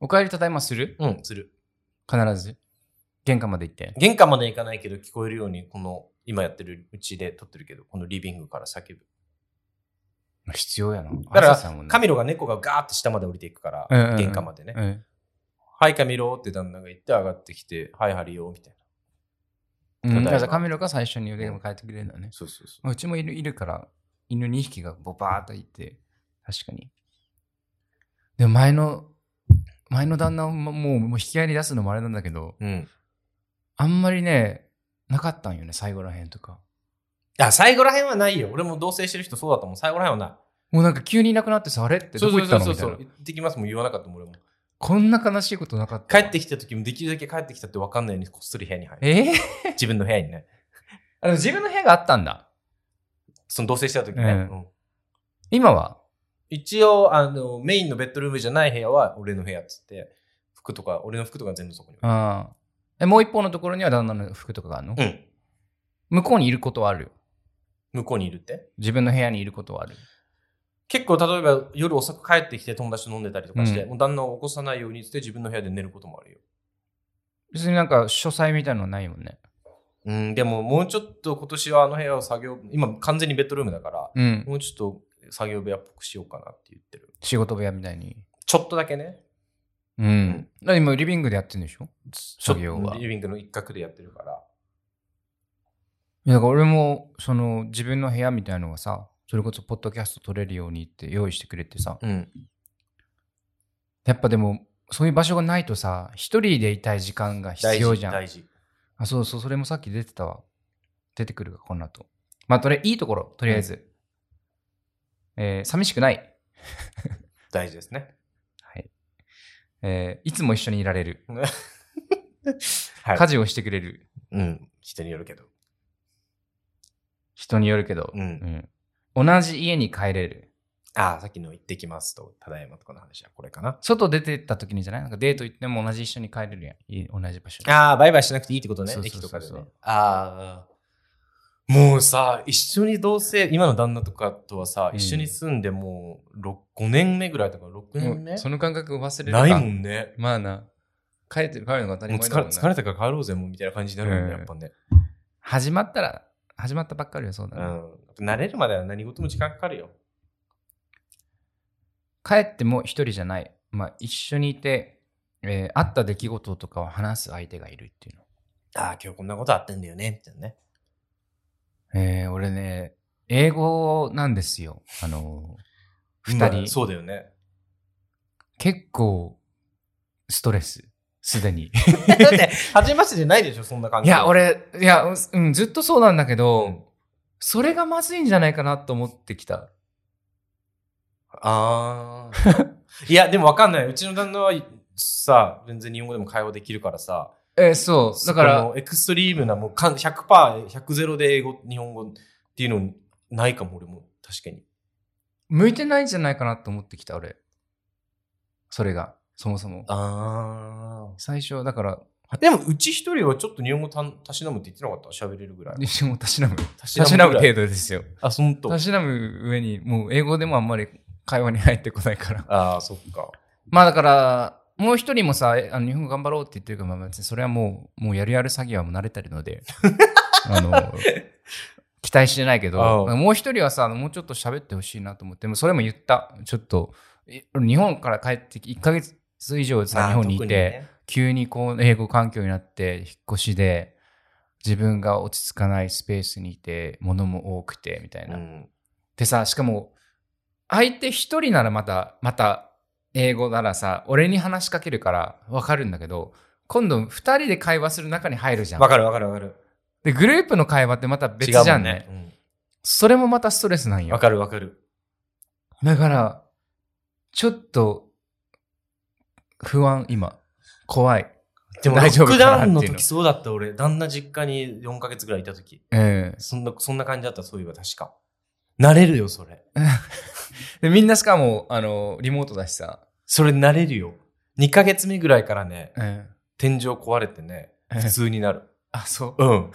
S2: お帰りただいまする
S3: うん、する。
S2: 必ず。玄関まで行って。
S3: 玄関まで行かないけど聞こえるように、この、今やってるうちで撮ってるけど、このリビングから叫ぶ。
S2: 必要やな。だ
S3: から
S2: さんもね
S3: カミロが猫がガーって下まで降りていくから、
S2: うんうんうん
S3: 玄関までね。
S2: うん
S3: はい、カミロって旦那が言って上がってきて、はい、ハリオみたいな。
S2: う
S3: た
S2: ん、
S3: だいま
S2: だからカメラが最初に腕を変えてくれるんだね。
S3: そうそうそう。
S2: うちもいるいるから、犬2匹がボバーっといて、確かに。でも前の、前の旦那をももうもう引き合いに出すのもあれなんだけど、
S3: うん。
S2: あんまりね、なかったんよね、最後らへんとか。
S3: あ、最後らへんはないよ。俺も同棲してる人そうだったもん。最後らへんはな
S2: もうなんか急にいなくなってさ、あれって
S3: い。
S2: どこ行ったの
S3: そう
S2: み
S3: そ
S2: たいうな
S3: そう。。行ってきますもん言わなかったもん、俺も。
S2: こんな悲しいことなかった
S3: 帰
S2: わ。
S3: ってきた時もできるだけ帰ってきたって分かんないようにこっそり部屋に入る。
S2: えー、 <laughs>
S3: 自分の部屋にね。
S2: あの自分の部屋があったんだ。
S3: その同棲した時ね、
S2: うん
S3: うん
S2: 今は
S3: 一応、あの、メインのベッドルームじゃない部屋は俺の部屋っつって、服とか、俺の服とか全部そこに置いて
S2: ああ。え、もう一方のところには旦那の服とかがあるの、
S3: ある。
S2: 向こうにいることはあるよ。
S3: うん。向こうにいるって。
S2: 自分の部屋にいることはある。
S3: 結構、例えば夜遅く帰ってきて友達と飲んでたりとかして、
S2: うん
S3: もう旦那を起こさないようにっつって自分の部屋で寝ることもあるよ。
S2: 別になんか書斎みたいなのはないもんね。
S3: うん、でももうちょっと今年はあの部屋を作業、今完全にベッドルームだから、
S2: うん。
S3: もうちょっと作業部屋っぽくしようかなって言ってる。
S2: 仕事部屋みたいに。
S3: ちょっとだけね。
S2: うん。だから今リビングでやってるんでしょ作業
S3: ちょっ
S2: は
S3: とリビングの一角でやってるから。
S2: いやだから俺も、その自分の部屋みたいのがさ、それこそポッドキャスト撮れるようにって用意してくれてさ。
S3: うん。
S2: やっぱでも、そういう場所がないとさ、一人でいたい時間が必要じゃん。
S3: 大事。
S2: あ、そうそう、それもさっき出てたわ。出てくるか、この後。まあ、とりあえずいいところ、とりあえず。えー寂しくない。
S3: 大事ですね。
S2: はい。えーいつも一緒にいられる。
S3: <laughs> は
S2: 家事をしてくれる。
S3: うん。人によるけど。
S2: 人によるけど。
S3: うん。
S2: うん同じ家に帰れる。
S3: ああ、さっきの行ってきますと、ただいまとかの話はこれかな。
S2: 外出てった時にじゃないなんかデート行っても同じ一緒に帰れるやん。い同じ場所に。
S3: ああ、バイバイしなくていいってことね。
S2: そうそ
S3: 駅
S2: うそ
S3: と
S2: うそ
S3: か
S2: う
S3: でね。ああ。もうさ、一緒に同棲、今の旦那とかとはさ、
S2: うん
S3: 一緒に住んでもう六5年目ぐらいだから、6年目
S2: その感覚を忘れるか。
S3: ないもんね。
S2: まあな。帰って帰るのが当たり
S3: もう
S2: 前
S3: 疲
S2: だもん
S3: れ
S2: な
S3: 疲れたから帰ろうぜ、もうみたいな感じになるよね、
S2: うん
S3: やっぱね。
S2: 始まったら、始まったばっかりはそうだ
S3: うん。
S2: な、
S3: 慣れるまでは何事も時間かかるよ。
S2: 帰っても一人じゃない、まあ、一緒にいて、えーあった出来事とかを話す相手がいるっていうの。
S3: ああ、今日こんなことあってんだよね、みたいなね。
S2: えー俺ね、英語なんですよ。あのー、二
S3: <laughs> うん
S2: 人、
S3: そうだよね。
S2: 結構、ストレス、す
S3: <laughs>
S2: でに。
S3: <laughs> だって、初めましてじゃないでしょ、そんな感
S2: い
S3: じ。
S2: や、、
S3: <laughs>
S2: 俺、いや、うん、ずっとそうなんだけど、
S3: うん
S2: それがまずいんじゃないかなと思ってきた。
S3: ああ。いや、でもわかんない。うちの旦那はさ、全然日本語でも会話できるからさ。
S2: えーそう。だか
S3: そ
S2: ら、
S3: のエクストリームな、もうかん100%、100で英語、日本語っていうのないかも、俺も。確かに。
S2: 向いてないんじゃないかなと思ってきた、俺。それが、そもそも。
S3: あ
S2: 最初、
S3: <laughs>
S2: だから、
S3: あ。でも、うち一人はちょっと日本語たんたしなむって言ってなかった喋れるぐらい。
S2: 私もたしなむ。
S3: <laughs> た
S2: たしなむ
S3: ぐらい
S2: 程度ですよ。
S3: あ、そんと
S2: た。しなむ上に、もう英語でもあんまり会話に入ってこないから。
S3: ああ、そっか。
S2: <laughs> まあだから、もう一人もさ、えあの日本語頑張ろうって言ってるから、まあ別にそれはもう、もうやるやる詐欺はもう慣れてるの <laughs> で、あの、期待してないけど、
S3: ああ
S2: もう一人はさ、もうちょっと喋ってほしいなと思って、もうそれも言った。ちょっと、え日本から帰ってき、1ヶ月以上さ、日本にいて、急にこう英語環境になって引っ越しで自分が落ち着かないスペースにいて物も多くてみたい
S3: 特にね、
S2: な。
S3: うん。
S2: でさしかも相手一人ならまたまた英語ならさ俺に話しかけるからわかるんだけど今度二人で会話する中に入るじゃん
S3: わ。かるわかるわかる。
S2: でグループの会話ってまた別じゃん
S3: 違
S2: ね。
S3: うもんね。
S2: それもまたストレスなん
S3: わ
S2: よ。
S3: かるわかる。
S2: だから、ちょっと、不安、今。怖い。
S3: でも、ロ
S2: 大丈
S3: ッ
S2: 夫か
S3: ク
S2: な
S3: ダウンの
S2: っていうの
S3: 時そうだった俺。旦那実家に4ヶ月ぐらいいた時。
S2: ええ
S3: そんな、そんな感じだった、そういえば確か。慣れるよ、それ。
S2: で、みんなしかも、あの、リモートだしさ。
S3: それ慣れるよ。2ヶ月目ぐらいからね、
S2: え
S3: 天井壊れて
S2: <laughs>
S3: ね、
S2: え
S3: 普通になる。
S2: あ、そう。
S3: うん。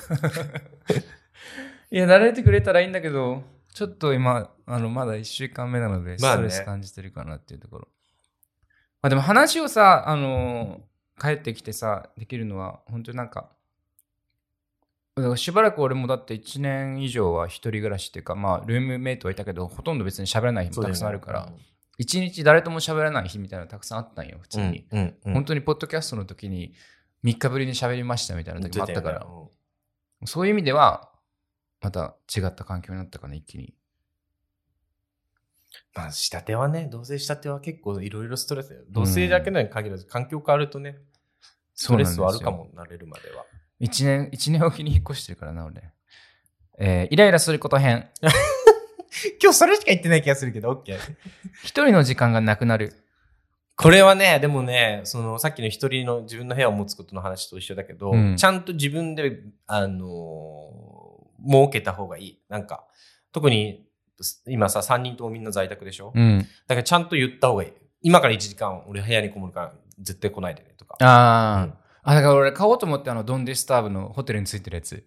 S2: いや、慣れてくれたらいいんだけど、ちょっと今、あの、まだ1週間目なので、
S3: ま
S2: ス
S3: あ
S2: ト
S3: ね
S2: レス感じてるかなっていうところ。まあ、でも話をさ、あのー帰ってきてさ、できるのは、本当になんか、だからしばらく俺もだって1年以上は一人暮らしっていうか、まあ、ルームメイトはいたけど、ほとんど別に喋らない日もたくさんあるから、一、日誰とも喋らない日みたいなのたくさんあったんよ、普通
S3: う
S2: に。
S3: ん。うん。うん
S2: 本当にポッドキャストの時に3日ぶりに喋りましたみたいな時もあったから、
S3: うん
S2: そういう意味では、また違った環境になったかな、一気に。
S3: まあ、仕立てはね、同棲仕立ては結構いろいろストレス。同棲だけに限らず、環境変わるとね、ス
S2: そ
S3: ト
S2: う
S3: レ
S2: なんですよ
S3: スはあるかも、慣れるまでは。
S2: 一年、一年おきに引っ越してるからな、俺。えーイライラすること編。
S3: 今日それしか言ってない気がするけど、OK。
S2: 一人の時間がなくなる。
S3: これはね、でもね、その、さっきの一人の自分の部屋を持つことの話と一緒だけど、
S2: うん
S3: ちゃんと自分で、あのー設けた方がいい。なんか、特に、今さ、3人ともみんな在宅でしょ、だ
S2: うん。
S3: からちゃんと言った方がいい。今から1時間俺部屋にこもるから絶対来ないでねとか。
S2: あー、
S3: うん
S2: あ、だから俺買おうと思って、あの、ドンディスターブのホテルについてるやつ。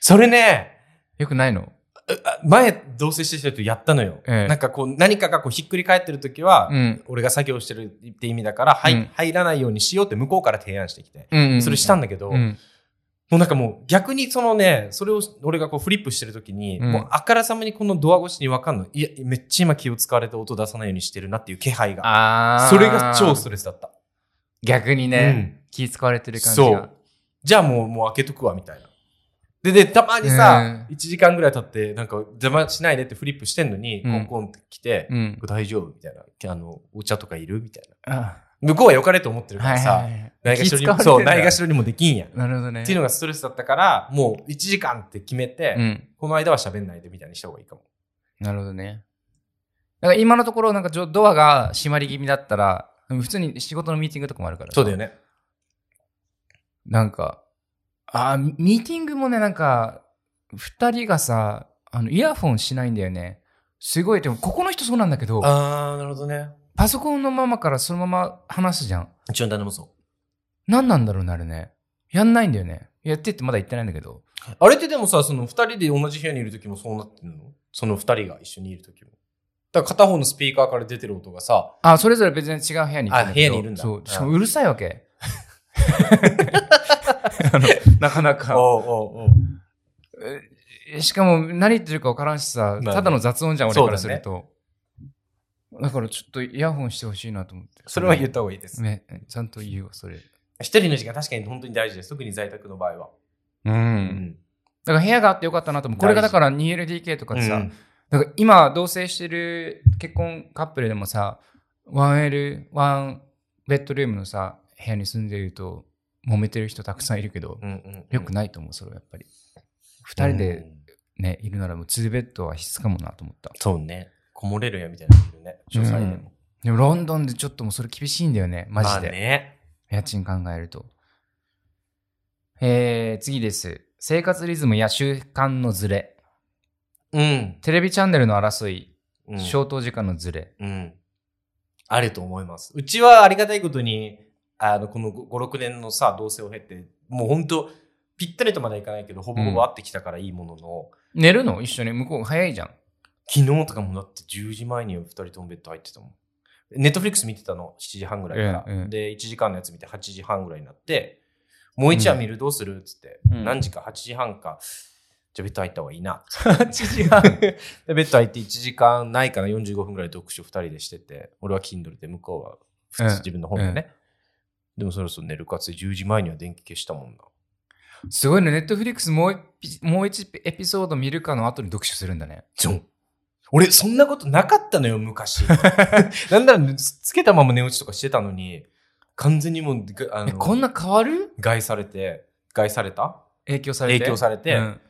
S3: それね、
S2: よくないの
S3: あ前同棲してた人やったのよ、
S2: ええ
S3: なんかこう何かがこうひっくり返ってる時は、
S2: うん。
S3: 俺が作業してるって意味だから、はい
S2: うん
S3: 入らないようにしようって向こうから提案してきて、
S2: うん、うん。
S3: それしたんだけど、
S2: う
S3: も
S2: ん。
S3: うなんかもう逆にそのねそれを俺がこうフリップしてる時に、
S2: うん
S3: もうあからさまにこのドア越しに分かんのいやめっちゃ今気を使われて音出さないようにしてるなっていう気配が
S2: あー
S3: それが超ストレスだった
S2: 逆にね、気使われてる感じが。
S3: そうじゃあもうもう開けとくわみたいなででたまにさ、
S2: う
S3: 1時間ぐらい経ってなんか邪魔しないでってフリップしてんのに、
S2: うん
S3: コンコンって来て、
S2: うん。
S3: 大丈夫みたいな。あの、お茶とかいるみたいな。
S2: あ
S3: 向こうは良かれと思ってるか
S2: は
S3: ら
S2: い
S3: さ、
S2: はいはい。
S3: ないがしろ
S2: 気使われてん
S3: に、
S2: だ
S3: そう、ないがしろにもできんやん。っ
S2: なるほどね。
S3: ていうのがストレスだったから、もう1時間って決めて、
S2: うん。
S3: この間は喋んないでみたいにした方がいいかも。
S2: なるほどね。だから今のところ、なんかじょドアが閉まり気味だったら、普通に仕事のミーティングとかもあるから。
S3: そうだよ
S2: ね。
S3: ね。
S2: なんか、あーミミーティングもね、なんか、二人がさ、あの、イヤホンしないんだよね。すごい、でも、ここの人そうなんだけど、
S3: あー、なるほどね。
S2: パソコンのままからそのまま話すじゃん。
S3: うちの旦那もそ
S2: 何なんだろうな、あれね。やんないんだよね。やってってまだ言ってないんだけど。
S3: う。あれってでもさ、その2人で同じ部屋にいる時もそうなってんのその2人が一緒にいる時も。だから片方のスピーカーから出てる音がさ、
S2: あー、それぞれ別に違う部屋に行って
S3: あ部屋にいるんだ
S2: そう。
S3: あ
S2: しかもうるさいわ
S3: <laughs>
S2: け。 <laughs> あのなかなか。
S3: おうおうおう
S2: えしかも何言ってるか分からんしさ、
S3: まあね
S2: ただの雑音じゃん、俺
S3: そう
S2: か
S3: だね
S2: らすると。だからちょっとイヤホンしてほしいなと思って。
S3: それは言った方がいいです。
S2: ね、ちゃんと言うわ、それ。
S3: 一人の時間確かに本当に大事です。特に在宅の場合は。
S2: う。
S3: うんん。
S2: だから部屋があってよかったなと思う。これがだから 2LDK とかでさ、
S3: うん
S2: だから今同棲してる結婚カップルでもさ、1L、1ベッドルームのさ、部屋に住んでると揉めてる人たくさんいるけど、
S3: うんうん
S2: よくないと思う、それはやっぱり。二人でね、いるならもう2ベッドは必須かもなと思った。
S3: そうね。こもれるよみたいなのいるね。書斎でも。
S2: でもロンドンでちょっともうそれ厳しいんだよね、マジで。
S3: まあね。
S2: 家賃考えると。えー、次です。生活リズムや習慣のズレ。
S3: うん。
S2: テレビチャンネルの争い。
S3: うん
S2: 消灯時間のズレ。
S3: うん。あると思います。うちはありがたいことに、あの、この5、6年のさ、同棲を経て、もう本当ぴったりとまではいかないけど、ほぼほぼ合ってきたからいいものの、
S2: 寝るの一緒に向こう早いじゃん。
S3: 昨日とかもだって10時前に2人ともベッド入ってたもん。ネットフリックス見てたの、7時半ぐらいから。
S2: ええええ
S3: で、1時間のやつ見て8時半ぐらいになって、もう1話見る、どうするっつって、
S2: うん
S3: 何時か8時半か、じゃあベッド入った方がいいな。
S2: 8時半。
S3: <laughs> で、ベッド入って1時間ないかな、45分ぐらい読書2人でしてて、俺は Kindle で、向こうは普
S2: うん
S3: 通自分の本でね。でもそろそろ寝るかつって10時前には電気消したもんな。
S2: すごいね。ネットフリックスもう一ピもう一エピソード見るかの後に読書するんだね。
S3: ジョン。俺、そんなことなかったのよ、
S2: <laughs>
S3: 昔。なんなら、つつけたまま寝落ちとかしてたのに、完全にもう、があ
S2: え、
S3: の
S2: こんな変わる
S3: 害されて、害された
S2: 影響され
S3: 影
S2: て。
S3: 響されて、
S2: うん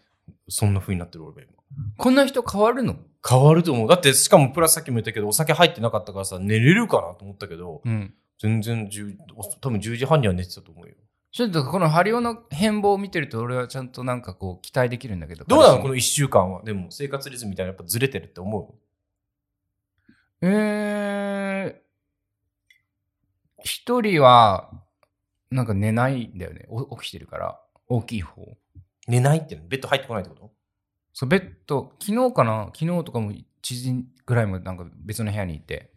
S3: そんな風になってる俺は今。
S2: こんな人変わるの
S3: 変わると思う。だって、しかもプラスさっきも言ったけど、お酒入ってなかったからさ、寝れるかなと思ったけど、
S2: うん。
S3: 全然10、多分10時半には寝てたと思うよ。
S2: ちょっとこのハリオの変貌を見てると俺はちゃんとなんかこう期待できるんだけど。
S3: どうなの
S2: 彼氏
S3: この1週間は。でも、生活リズムみたいなやっぱずれてるって思
S2: えー、一人はなんか寝ないんだよね。お起きてるから。大きい方。
S3: う寝ないってのベッド入ってこないってこと
S2: そう、ベッド、昨日かな昨日とかも1時ぐらいもなんか別の部屋にいて。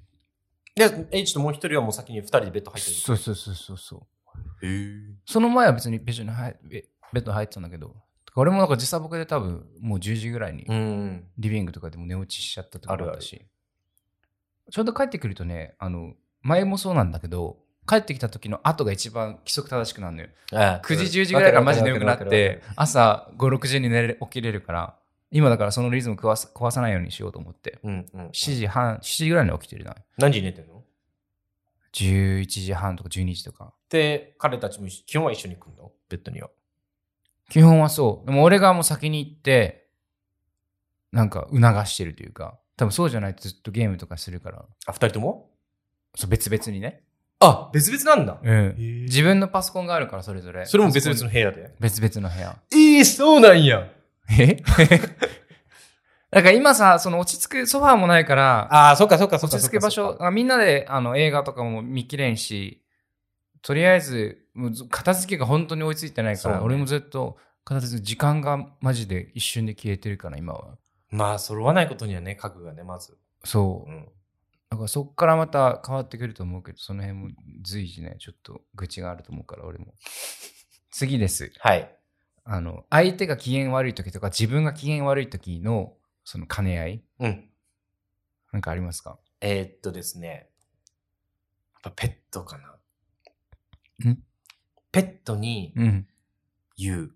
S3: で、エイチともう一人はもう先に二人でベッド入ってる。
S2: そうそうそうそうそう。
S3: へー
S2: その前は別に別に入ベベッド入ってたんだけど、俺もなんか時差ボケで多分もう10時ぐらいに
S3: うん。
S2: リビングとかでも寝落ちしちゃったとか
S3: あるある
S2: だし、ちょうど帰ってくるとね、あの、前もそうなんだけど、帰ってきた時の後が一番規則正しくなるのよ。9
S3: 9
S2: 時、10時ぐらいからマジ眠くなって、、朝5、6時に寝れ起きれるから、今だからそのリズム壊す壊さないようにしようと思って、
S3: うんうん、
S2: 7時半、7時ぐらいには起きてるな。
S3: 何時に寝てんの
S2: 11時半とか12時とか。
S3: で、彼たちも一緒基本は一緒に来るのベッドには。
S2: 基本はそう。でも俺がもう先に行って、なんか促してるというか、多分そうじゃないとずっとゲームとかするから、
S3: あ、二人とも
S2: そう別々にね。
S3: あ、別々なんだ。
S2: うん。
S3: へ
S2: 自分のパソコンがあるから、それぞれ。
S3: それも別々の部屋で。
S2: 別々の部屋。
S3: ええそうなんや。
S2: え <laughs> だから今さ、その落ち着くソファーもないから、
S3: ああ、そっかそっかそっか。
S2: 落ち着く場所、
S3: そっかそっか。
S2: あみんなであの映画とかも見きれんし、とりあえず、もうず片付けが本当に追いついてないから、
S3: そうね
S2: 俺もずっと片付け、時間がマジで一瞬で消えてるから、今は。
S3: まあ、揃わないことにはね、家具がね、まず。
S2: そうう。
S3: ん。
S2: だからそっからまた変わってくると思うけど、その辺も随時ね、ちょっと愚痴があると思うから、俺も。次です。
S3: はい。
S2: あの、相手が機嫌悪い時とか、自分が機嫌悪い時の、その兼ね合い、
S3: うん。
S2: なんかありますか
S3: えーっとですね。やっぱペットかな。
S2: ん
S3: ペットに
S2: うん。
S3: 言う。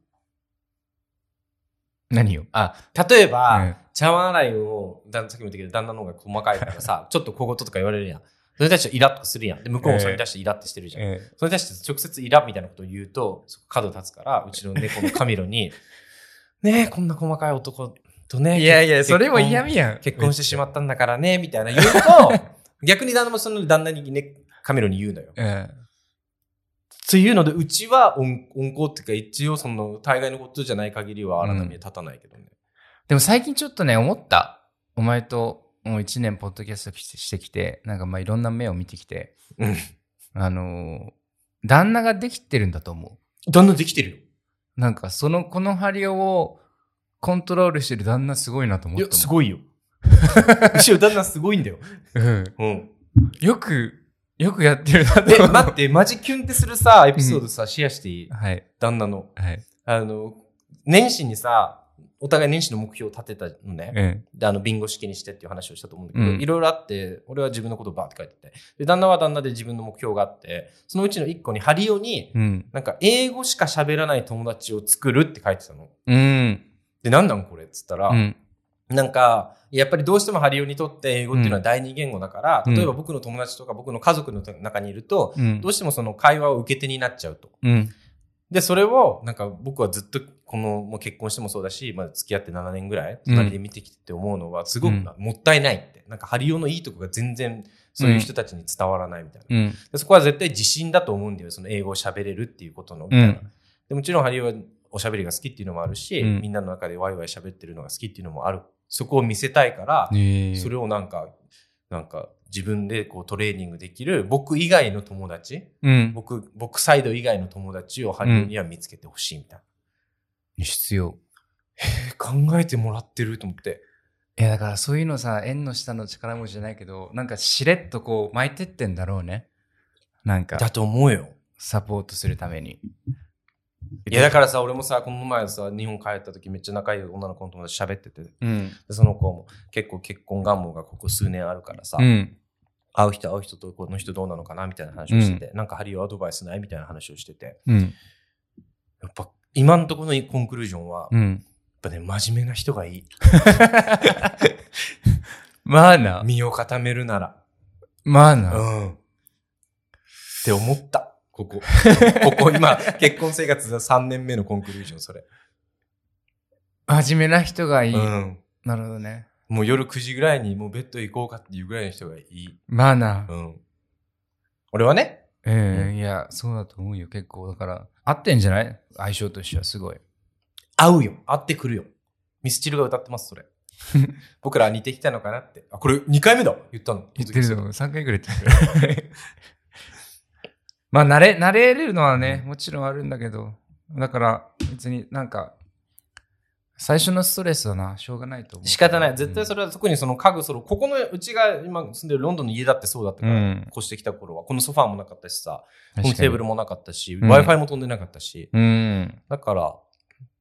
S2: 何よ
S3: あ、例えば、
S2: うん
S3: 茶碗洗いを、だんさっきも言ったけど、旦那の方が細かいからさ、ちょっと小言とか言われるやん。それに対してイラッとするやん。で、向こうもそれに対してイラッとしてるじゃん。
S2: え
S3: それに対して直接イラみたいなことを言うと、そこ角立つから、うちの猫のカミロ
S2: <laughs>
S3: に、ねえ、こんな細かい男とね、
S2: いやいや、
S3: 結婚
S2: それも嫌味やん。
S3: 結婚してしま
S2: た。
S3: ったんだからね、みたいな言うと、 <laughs> 逆に旦那もその旦那にね、カミロに言うのよ。
S2: え
S3: というので、うちは温温厚っていうか、一応その、大概のことじゃない限りは改め立たないけどね。
S2: でも最近ちょっとね、思った。お前と、もう一年ポッドキャストしてしてきて、なんかまあいろんな目を見てきて、
S3: うん。
S2: あのー旦那ができてるんだと思う。
S3: 旦那できてるよ。
S2: なんかその、このハリオをコントロールしてる旦那すごいなと思っ
S3: いや
S2: たも、ん。
S3: す <laughs> ごいよ。むしろ旦那すごいんだよ。
S2: うん
S3: うん。
S2: よく、よくやってるなと思
S3: で、
S2: う。
S3: 待って、マジキュンってするさ、エピソードさ、シェアしていい
S2: はい、
S3: 旦那の。
S2: はい。
S3: あの、年始にさ、お互い年始の目標を立てたのね。
S2: え
S3: で、あの、ビンゴ式にしてっていう話をしたと思うんだけど、
S2: うん
S3: いろいろあって、俺は自分のことをバーって書いてて。で、旦那は旦那で自分の目標があって、そのうちの一個に、ハリオに
S2: え、うん。
S3: なんか、英語しか喋らない友達を作るって書いてたの。
S2: うん。
S3: で、なんなんこれっつったら、
S2: うん。
S3: なんか、やっぱりどうしてもハリオにとって英語っていうのは第二言語だから、
S2: うん
S3: 例えば僕の友達とか僕の家族の中にいると、
S2: うん
S3: どうしてもその会話を受け手になっちゃうと。
S2: うん。
S3: で、それを、なんか僕はずっと、この、もう結婚してもそうだし、まあ付き合って7年ぐらい、隣で見てきてて思うのは、すごく
S2: うん
S3: もったいないって。なんかハリオのいいとこが全然、そういう人たちに伝わらないみたいな。
S2: うん。
S3: でそこは絶対自信だと思うんだよ、その英語を喋れるっていうことの、みたいな。でもちろんハリオはおしゃべりが好きっていうのもあるし、
S2: うん
S3: みんなの中でワイワイ喋ってるのが好きっていうのもある。そこを見せたいから、
S2: ねえ
S3: それをなんか、なんか自分でこうトレーニングできる僕以外の友達、
S2: うん。
S3: 僕、僕サイド以外の友達をハリオには見つけてほしいみたい
S2: 必要。
S3: な、え考えてもらってると思って。
S2: いや、だからそういうのさ、縁の下の力持ちじゃないけど、なんかしれっとこう巻いてってんだろうね。なんか、
S3: だと思うよ。
S2: サポートするために。
S3: いや、だからさ、俺もさ、この前さ、日本帰った時めっちゃ仲いい女の子の友達喋ってて、で
S2: うん。
S3: その子も結構結婚願望がここ数年あるからさ、
S2: うん。
S3: 会う人会う人とこの人どうなのかなみたいな話をしてて、なんかハリオアドバイスないみたいな話をしてて、
S2: うん。
S3: やっぱ今のところのコンクルージョンは、やっ
S2: うん。 <laughs>
S3: ぱね、真面目な人がいい。
S2: まあな。
S3: 身を固めるなら。
S2: まあな。
S3: うん。って思った。こ
S2: <laughs>
S3: こ。ここ今、結婚生活3年目のコンクルージョン、それ。
S2: 真面目な人がいい。
S3: うん。
S2: なるほどね。
S3: もう夜9時ぐらいにもうベッド行こうかっていうぐらいの人がいい。
S2: マナー。
S3: うん。俺はね。
S2: うん、
S3: うん
S2: いや、そうだと思うよ、結構。だから、合ってんじゃない相性としてはすごい。
S3: 合うよ。合ってくるよ。ミスチルが歌ってます、そ
S2: <laughs>
S3: れ。僕ら似てきたのかなって。あ、これ2回目だ。言ったの。
S2: 言ってると思う。3回ぐらい言ってる。 <laughs> まあ、慣れ、慣れるのはね、もちろんあるんだけど、だから、別になんか、最初のストレスはな、しょうがないと思う。
S3: 仕方ない。絶対それは特にその家具、その、ここの、うちが今住んでるロンドンの家だってそうだったから、
S2: うん
S3: 越してきた頃は、このソファーもなかったしさ、こ
S2: 確か
S3: の
S2: に
S3: テーブルもなかったし、
S2: うん
S3: Wi-Fi も飛んでなかったし、
S2: うん。
S3: だから、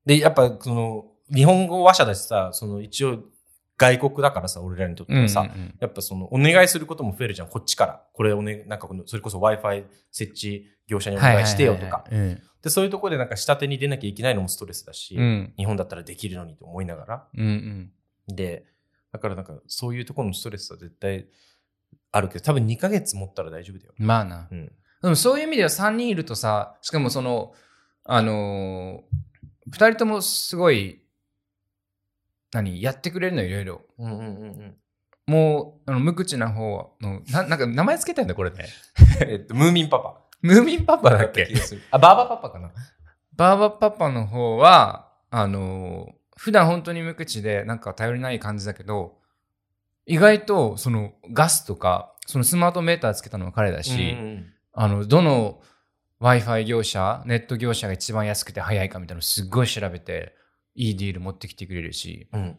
S3: で、やっぱその、日本語話者だしさ、その一応外国だからさ、俺らにとってはさ、
S2: うんうんうん
S3: やっぱその、お願いすることも増えるじゃん、こっちから。これおね、なんかこの、それこそ Wi-Fi 設置業者にお願いしてよとか。
S2: はいはいはいはい
S3: で、そういうところでなんか下手に出なきゃいけないのもストレスだし、
S2: うん。
S3: 日本だったらできるのにと思いながら、
S2: うんうん。
S3: で、だからなんかそういうところのストレスは絶対あるけど、多分2ヶ月持ったら大丈夫だよ。
S2: まあな
S3: う。ん。
S2: でもそういう意味では3人いるとさ、しかもその、あのー、2人ともすごい、何、やってくれるのいろいろ。
S3: うんうんうんうん。
S2: もう、あの無口な方の、ななんか名前つけたんだ、これね。
S3: えっと、ムーミンパパ。
S2: ムーミンパパだっけ
S3: 気がするあ、バーバパパかな。
S2: バーバパパの方は、あのー普段本当に無口で、なんか頼りない感じだけど、意外と、その、ガスとか、そのスマートメーターつけたのは彼だし、
S3: うんうん
S2: あの、どの Wi-Fi 業者、ネット業者が一番安くて早いかみたいなのすっごい調べて、いいディール持ってきてくれるし、
S3: うん。うん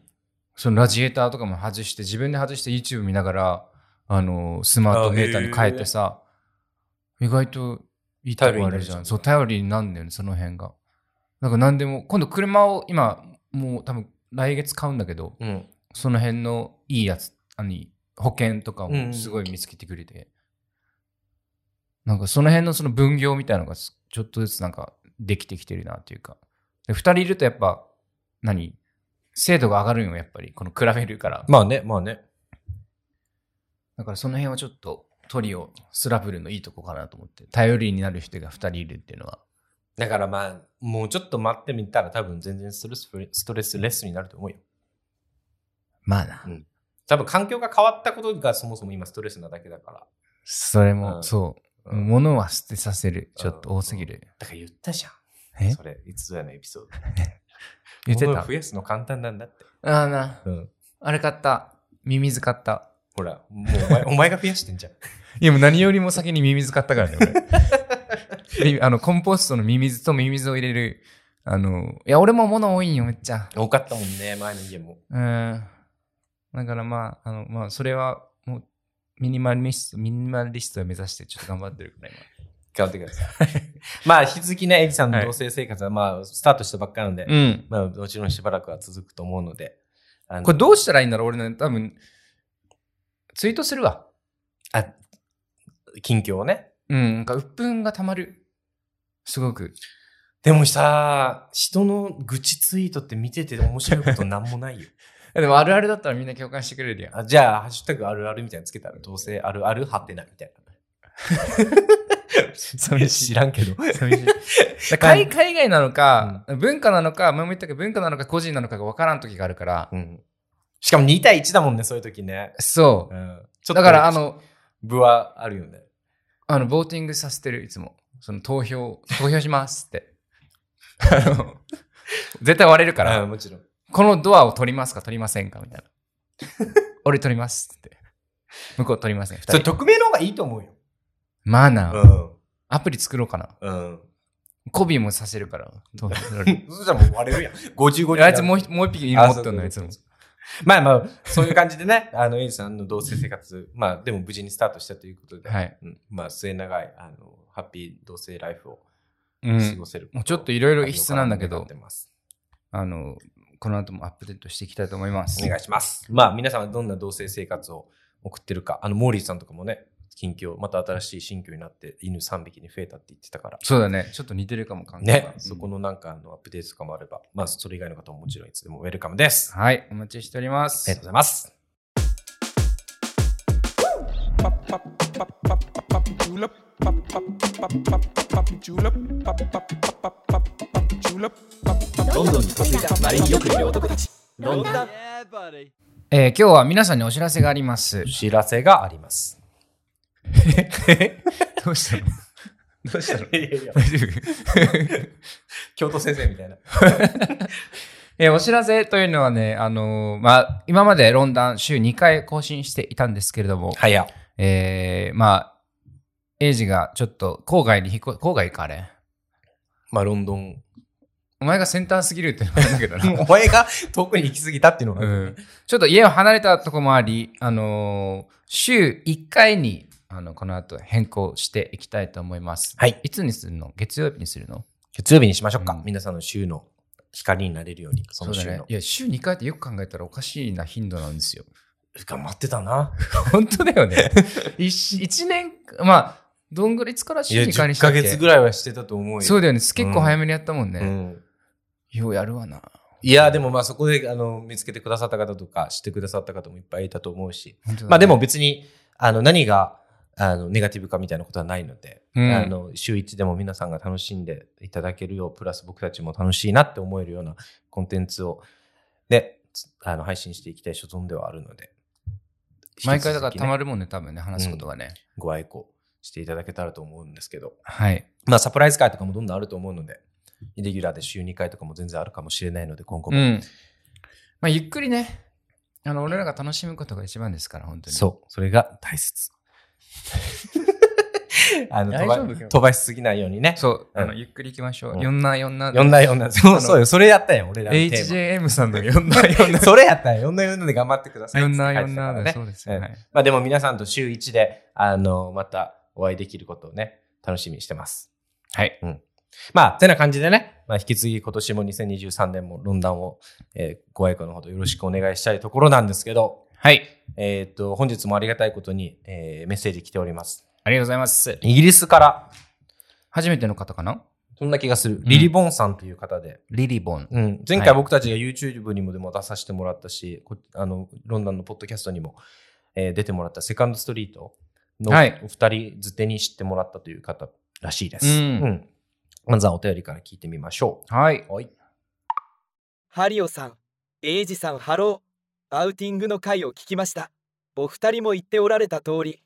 S2: そのラジエーターとかも外して、自分で外して YouTube 見ながら、あの、スマートメーターに変えてさ、意外といいとこあるじゃ
S3: 頼りになるじゃ
S2: ん。
S3: ん
S2: そう、頼りになんだよね、その辺が。なんか何でも、今度車を今、もう多分来月買うんだけど、
S3: うん。
S2: その辺のいいやつ、あの保険とか
S3: うんう
S2: も
S3: ん
S2: すごい見つけてくれて、なんかその辺のその分業みたいなのがすちょっとずつなんかできてきてるなっていうか。で、二人いるとやっぱ、何精度が上がるんよ、やっぱり。この比べるから。
S3: まあね、まあね。
S2: だからその辺はちょっとトリオ、スラブルのいいとこかなと思って。頼りになる人が二人いるっていうのは。
S3: だからまあ、もうちょっと待ってみたら多分全然ストレスフリストレスレスになると思うよ。
S2: まあな。
S3: うん多分環境が変わったことがそもそも今ストレスなだけだから。
S2: それも、
S3: うん
S2: そう。
S3: うん
S2: 物は捨てさせる。ちょっと多すぎる。
S3: だから言ったじゃん。
S2: え
S3: それ、いつぞやのエピソード。
S2: 言って
S3: 物
S2: た
S3: を増。やすの簡単なんだって。
S2: ああな。
S3: うん。
S2: あれ買った。ミミズ買った。
S3: ほら、もうお前 <laughs> お前が増やしてんじゃん。
S2: いや、もう何よりも先にミミズ買ったからね、 <laughs> 俺。みあの、コンポストのミミズとミミズを入れる。あの、いや、俺も物多いんよ、めっちゃ。
S3: 多かったもんね、前の家も。
S2: うん。だからまあ、あの、まあ、それは、もう、ミニマリスト、ミニマリストを目指してちょっと頑張ってるから、
S3: 頑張ってください。 <laughs> まあ、引き続きね、エリさんの
S2: はい
S3: 同棲生活は、まあ、スタートしたばっかなので、
S2: 今。うん。
S3: まあ、もちろんしばらくは続くと思うので。あの
S2: これどうしたらいいんだろう俺ね、多分、ツイートするわ。
S3: あ、近況をね。
S2: うん、なんか、鬱憤が溜まる。すごく。
S3: でもさ、人の愚痴ツイートって見てて面白いことなんもないよ。 <laughs>
S2: でも、あるあるだったらみんな共感してくれるやん。
S3: あじゃあ、ハッシュタグあるあるみたいなのつけたら、どうせあるあるはてなみたいな。
S2: 寂しい
S3: 知らんけど。
S2: 寂しい。
S3: <laughs>
S2: だから海海外なのか、文化なのか、前も言ったけど文化なのか個人なのかが分からん時があるから、
S3: <laughs> うん。しかも2対1だもんね、そういう時ね。
S2: そうう。
S3: ん。ちょっと
S2: だから、あ、の、
S3: 部はあるよね。
S2: あの、ボーティングさせてる、いつも。その投票、投票しま
S3: <laughs>
S2: すって。あの絶対割れるか
S3: う
S2: ら、
S3: んもちろん。
S2: このドアを取りますか、取りませんか、
S3: <laughs>
S2: みたいな。俺取りますって。向こう取りません、
S3: そ
S2: 二
S3: れ、
S2: 人。
S3: 匿名の方がいいと思うよ。
S2: マナー。
S3: う
S2: アプリ作ろうかな。
S3: ん。うん。
S2: コビーもさせるから。投票
S3: <laughs> そしたらもう割れるやん。55人。
S2: あいつもう一もう一匹犬持ってんの、いつも。
S3: まあまあ、そういう感じでね、 <laughs> あの、エイジさんの同棲生活、まあ、でも無事にスタートしたということで、
S2: はい。
S3: うんまあ、末永い、あの、ハッピー同棲ライフを
S2: う
S3: 過
S2: ん。
S3: ごせる。
S2: もうちょっといろいろ異質なんだけ
S3: 願
S2: ど
S3: って、ます
S2: あの、この後もアップデートしていきたいと思います。
S3: お願いします。まあ、皆さんはどんな同棲生活を送ってるか、あの、モーリーさんとかもね、近況、また新しい新居になって、犬3匹に増えたって言ってたから、
S2: そうだね。ちょっと似てるかも感覚が
S3: ね、そこ
S2: うん
S3: のなんかあのアップデートとかもあれば、まあ、それ以外の方ももちろんいつでもウェルカムです。あ
S2: はい、お待ちしております。
S3: りがとうございます。
S1: julep, pap, pap, pap, pap, julep, pap, pap, pap, pap, pap, julep. ロンドンに嫁いだマリンよくいる男たちロンドン
S2: えー今日は皆さんにお知らせがありま
S3: <laughs>
S2: す
S3: お。知らせがあります。
S2: どうしたの
S3: どうした <laughs> の
S2: 大丈夫
S3: 京都先生みたいな。
S2: えーお知らせ <laughs> というのはね、あのーまあ、今まで論壇週2回更新していたんですけれども、
S3: はいや。
S2: えーまあ、エイジがちょっと郊外に引っ越、郊外かあれ。
S3: まあ、ロンドン。
S2: お前が先端すぎるってのもあるんだけ
S3: <laughs>
S2: どな。
S3: お前が遠くに行き過ぎたっていうのが、
S2: うん、ちょっと家を離れたとこもあり、あのー週1回に、あの、この後変更していきたいと思います。
S3: はい。
S2: いつにするの月曜日にするの
S3: 月曜日にしましょうか。
S2: うん
S3: 皆さんの週の光になれるように、その週
S2: だね
S3: の。。
S2: いや、週2回ってよく考えたらおかしいな頻度なんですよ。 <laughs>
S3: 頑張ってたな。
S2: 本当だよね。 <laughs> 一一年、まあ、どんぐらいいつから
S3: いや、
S2: 週に
S3: 10
S2: にした
S3: ヶ
S2: っけ
S3: 月ぐらいはしてたと思うよ。
S2: そうだよね。結構早めにやったもん
S3: う
S2: ね。
S3: ん
S2: ようやるわな。
S3: いや、でもまあそこであの見つけてくださった方とか、知ってくださった方もいっぱいいたと思うし、
S2: 本当だね
S3: まあでも、別にあの何があのネガティブかみたいなことはないので、
S2: うん
S3: あの週1でも皆さんが楽しんでいただけるよう、プラス僕たちも楽しいなって思えるようなコンテンツを、ね、つあの配信していきたい所存ではあるので、
S2: 毎回だから
S3: 引き続き
S2: た
S3: ね
S2: まるもんね、多分ね、話すことがね。
S3: ご愛顧していただけたらと思うんですけど、
S2: はい。
S3: まあサプライズ会とかもどんどんあると思うので、イレギュラーで週2回とかも全然あるかもしれないので、今後
S2: う
S3: も。
S2: ん。まあ、ゆっくりね、あの、俺らが楽しむことが一番ですから、本当に。
S3: そう、それが大
S2: <laughs>
S3: 切。あの、
S2: 大
S3: 飛
S2: 丈夫
S3: ば飛ばしすぎないようにね。
S2: そう。
S3: うん
S2: あの、ゆっくり行きましょ
S3: う
S2: う。
S3: ん
S2: 四な四な。
S3: 4な4な。そうそうよ、それやったよ、俺らのテー
S2: HJM さんの四な四
S3: <laughs> マ。
S2: な。
S3: それやったよ、4な4なで頑張ってくださいっつって
S2: 四
S3: 書いて
S2: な
S3: た
S2: 四
S3: か
S2: な
S3: ら
S2: だ
S3: ね。
S2: そうですよ
S3: うん
S2: はい
S3: まあでも皆さんと週1で、あの、またお会いできることをね、楽しみにしてます。
S2: はい。
S3: まあ、てな感じでね、まあ、引き継ぎ今年も2023年も論壇を、えーご愛顧のほどよろしくお願いしたいところなんですけど、
S2: はい。
S3: えっ、と、本日もありがたいことに、えーメッセージ来ております。
S2: ありがとうございます。
S3: イギリスから、
S2: 初めての方かな
S3: そんな気がする。リリボンさんという方で。
S2: リリボン。
S3: うん、前回僕たちが YouTube にもでも出させてもらったし、こあのロンドンのポッドキャストにも、えー出てもらったセカンドストリートの
S2: はい
S3: お二人づてに知ってもらったという方らしいです。
S2: うん
S3: うんまずはお便りから聞いてみましょ
S2: はい。
S3: う。はい。
S1: ハリオさん、エイジさんハロー。アウティングの回を聞きました。お二人も言っておられた通り、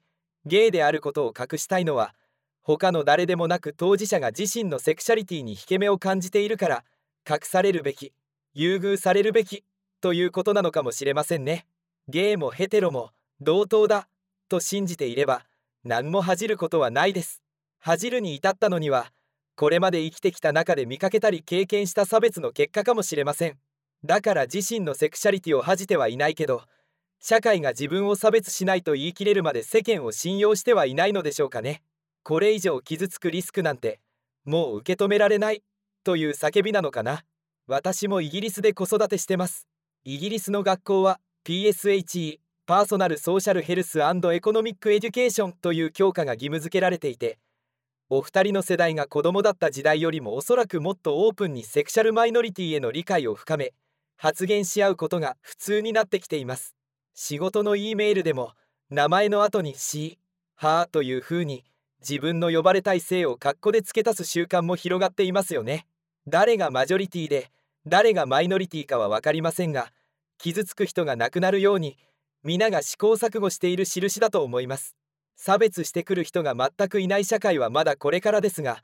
S1: ゲイであることを隠したいのは、他の誰でもなく当事者が自身のセクシャリティに引け目を感じているから、隠されるべき、優遇されるべき、ということなのかもしれませんね。ゲイもヘテロも同等だ、と信じていれば、何も恥じることはないです。恥じるに至ったのには、これまで生きてきた中で見かけたり経験した差別の結果かもしれませんだから自身のセクシャリティを恥じてはいないけど社会が自分を差別しないと言い切れるまで世間を信用してはいないのでしょうかねこれ以上傷つくリスクなんてもう受け止められないという叫びなのかな私もイギリスで子育てしてますイギリスの学校は PSHE パーソナルソーシャルヘルスエコノミックエデュケーションという教科が義務付けられていてお二人の世代が子供だった時代よりもおそらくもっとオープンにセクシャルマイノリティへの理解を深め発言し合うことが普通になってきています仕事の E メールでも名前の後に「し」「は」という風に自分の呼ばれたい性を括弧で付け足す習慣も広がっていますよね誰がマジョリティで誰がマイノリティかは分かりませんが傷つく人が亡くなるように皆が試行錯誤している印だと思います差別してくる人が全くいない社会はまだこれからですが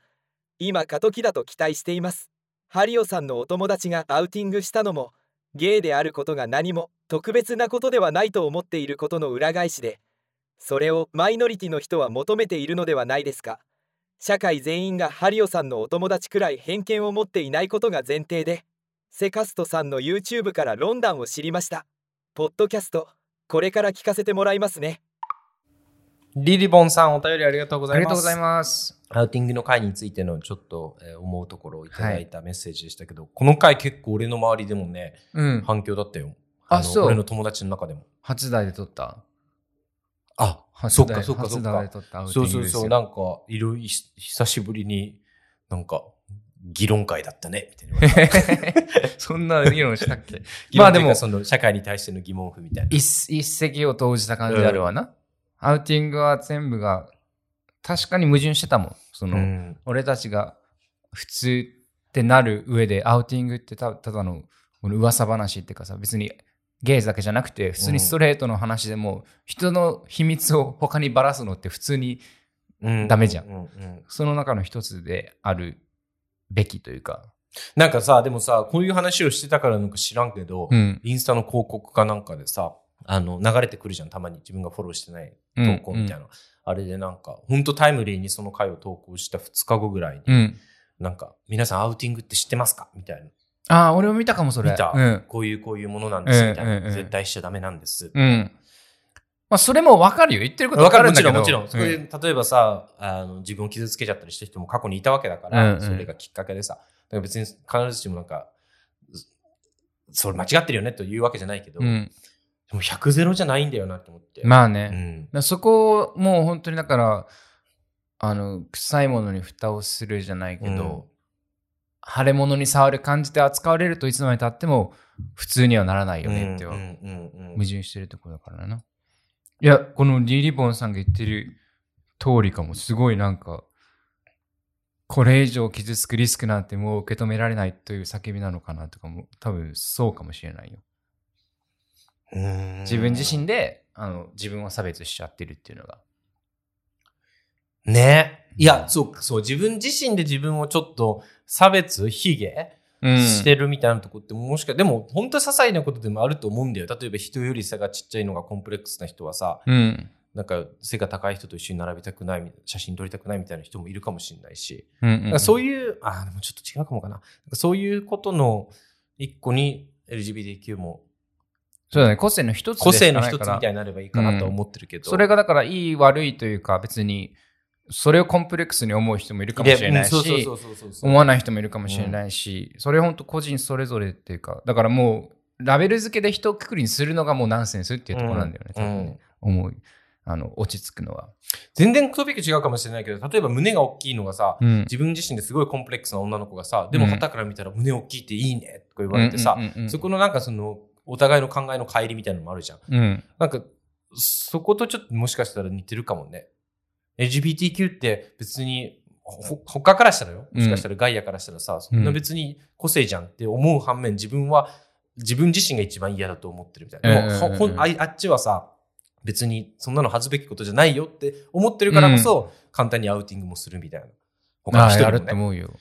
S1: 今過渡期だと期待していますハリオさんのお友達がアウティングしたのもゲイであることが何も特別なことではないと思っていることの裏返しでそれをマイノリティの人は求めているのではないですか社会全員がハリオさんのお友達くらい偏見を持っていないことが前提でセカストさんの YouTube からロンダンを知りましたポッドキャストこれから聞かせてもらいますね
S3: リリボンさん、お便りありがとうござ
S2: あ
S3: います。
S2: りがとうございます。
S3: アウティングの会についてのちょっとえー思うところをいただいたメッセージでしたけど、この回結構俺の周りでもね、
S2: うん。
S3: 反響だったよ。
S2: あ
S3: の
S2: そう
S3: 俺の友達の中でも。
S2: 初台で撮った。
S3: あ、
S2: 初
S3: そっ
S2: 台
S3: かそっかそっ
S2: 初
S3: か
S2: 台で。撮ったアウティ
S3: そう
S2: ン
S3: そ
S2: グ
S3: う
S2: です
S3: そう、
S2: よ。
S3: なんか、いろいろ久しぶりに、なんか、議論会だったね、みたい <laughs> な言われた。
S2: <laughs> そんな議論したっけ
S3: ま
S2: ま
S3: あ
S2: あ
S3: で
S2: で
S3: も、
S2: も
S3: その社会に対しての疑問符みたいな。
S2: 一一石を投じた感じあるわな。アウティングは全部が、確かに矛盾してたもん。その、
S3: うん
S2: 俺たちが普通ってなる上で、アウティングってたただのこの噂話っていうかさ、別にゲイだけじゃなくて、普通にストレートの話でも、人の秘密を他にばらすのって普通に
S3: うん
S2: ダメじゃん
S3: ううん
S2: その中の一つであるべきというか。
S3: なんかさ、でもさ、こういう話をしてたからなんか知らんけど、
S2: うん。
S3: インスタの広告かなんかでさ、あの、流れてくるじゃん、たまに自分がフォローしてない投稿みたいな。あれでなんか、ほんとタイムリーにその回を投稿した2日後ぐらいに、
S2: うん。うん。
S3: なんか、皆さんアウティングって知ってますかみたいな。
S2: ああ、俺も見たかも、それ。
S3: 見た、
S2: うん。
S3: こういうこういうものなんです、みたいな、
S2: うんうんうん
S3: 絶対しちゃダメなんです。
S2: うん。まあ、それもわかるよ。言ってること
S3: わ
S2: わ
S3: か
S2: か
S3: る
S2: る
S3: も
S2: ん
S3: ち
S2: だけ
S3: ろん
S2: ど。
S3: もちろん。それ
S2: う
S3: で例えばさあの、自分を傷つけちゃったりした人も過去にいたわけだから、
S2: うんうん
S3: それがきっかけでさ、だから別に必ずしもなんか、それ間違ってるよねというわけじゃないけど、
S2: ん。うん
S3: でも100ゼロじゃないんだよなと思って。
S2: まあ
S3: あう
S2: ね。
S3: ん
S2: だからそこを、もう本当にだから、あの、臭いものに蓋をするじゃないけど、腫れ物に触る感じで扱われるといつまでたっても普通にはならないよねっては
S3: うんうんうんうん
S2: 矛盾してるところだからな。いや、このリリボンさんが言ってる通りかも、すごいなんか、これ以上傷つくリスクなんてもう受け止められないという叫びなのかなとかも、多分そうかもしれないよ。
S3: うん
S2: 自分自身で、あの、自分を差別しちゃってるっていうのが。
S3: ねいやそうかそう自分自身で自分をちょっと差別卑下
S2: う
S3: してるみたいなとこってもしかでも本当些細なことでもあると思うんだよ例えば人より差がちっちゃいのがコンプレックスな人はさ
S2: うん。
S3: なんか背が高い人と一緒に並びたくない写真撮りたくないみたいな人もいるかもしれないし、
S2: うん、
S3: なんかそう
S2: い
S3: いうあーでもちょっと違うかもかななんかそういうことの一個に LGBTQ も
S2: そうだね、個性の一つ
S3: 個
S2: で
S3: 性
S2: しか
S3: の
S2: ない
S3: 一つ
S2: か
S3: み
S2: ら
S3: たいになればいいかなとは思ってるけど、
S2: それがだからいい悪いというか、別に、それをコンプレックスに思う人もいるかもしれないし、
S3: でうんそうそうそうそうそう
S2: 思わない人もいるかもしれないし、それ本当個人それぞれっていうかだからもうラベル付けで人をくくりにするのがもうナンセンスっていうところなんだよね、
S3: うん
S2: 多分ね思うあの落ち着くのは、
S3: 全然トピック違うかもしれないけど例えば胸が大きいのがさ、
S2: うん、
S3: 自分自身ですごいコンプレックスな女の子がさでも
S2: うん
S3: 肩から見たら胸大きいっていいねとか言われてさ、
S2: うんうんうんうん
S3: そこのなんかそのお互いの考えの乖離みたいなのもあるじゃん
S2: うん
S3: なんかそことちょっともしかしたら似てるかもね LGBTQ って別にほ他からしたらよもしかしたらガイアからしたらさ、そんな別に個性じゃんって思う反面自分は自分自身が一番嫌だと思ってるみたいな、でも
S2: うんうんうん
S3: ほほんあいあっちはさ別にそんなの恥ずべきことじゃないよって思ってるからこそ簡単にアウティングもするみたいな他の
S2: ああ
S3: 人
S2: や
S3: に
S2: る
S3: もね
S2: と思うよ、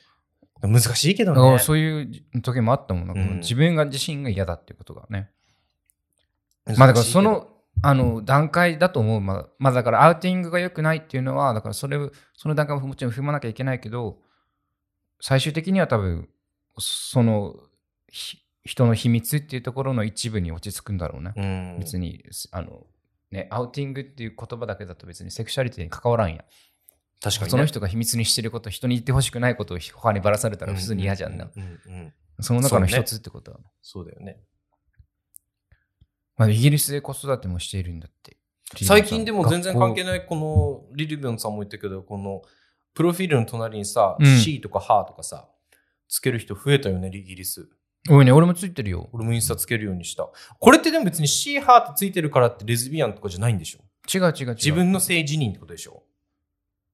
S3: 難しいけど
S2: だから
S3: ね
S2: そういう時もあったもんなんかもう
S3: うん
S2: 自分が自信が嫌だっていうことがね、まあだからそのあの段階だと思う、まあ、まあだからアウティングが良くないっていうのは、だからそれを、その段階ももちろん踏まなきゃいけないけど、最終的には多分、そのひ人の秘密っていうところの一部に落ち着くんだろうね。
S3: うん
S2: 別に、あの、ね、アウティングっていう言葉だけだと別にセクシャリティに関わらんや。
S3: 確かにね、
S2: その人が秘密にしてること、人に言ってほしくないことを他にばらされたら普通に嫌じゃんな。
S3: うんうんうんうん
S2: その中の一つってことは。
S3: そうだよね
S2: まあ、イギリスで子育てもしているんだって。
S3: 最近でも全然関係
S2: ない。
S3: ないこのリリビョンさんも言ったけどこのプロフィールの隣にさ、
S2: うん
S3: C とか H とかさつける人増えたよねイギリス
S2: おいね、俺もついてるよ。
S3: 俺もインスタつけるようにしたこれってでも別に C、H ってついてるからってレズビアンとかじゃないんでしょ
S2: 違う違う違う。
S3: 自分の性自認ってことでしょ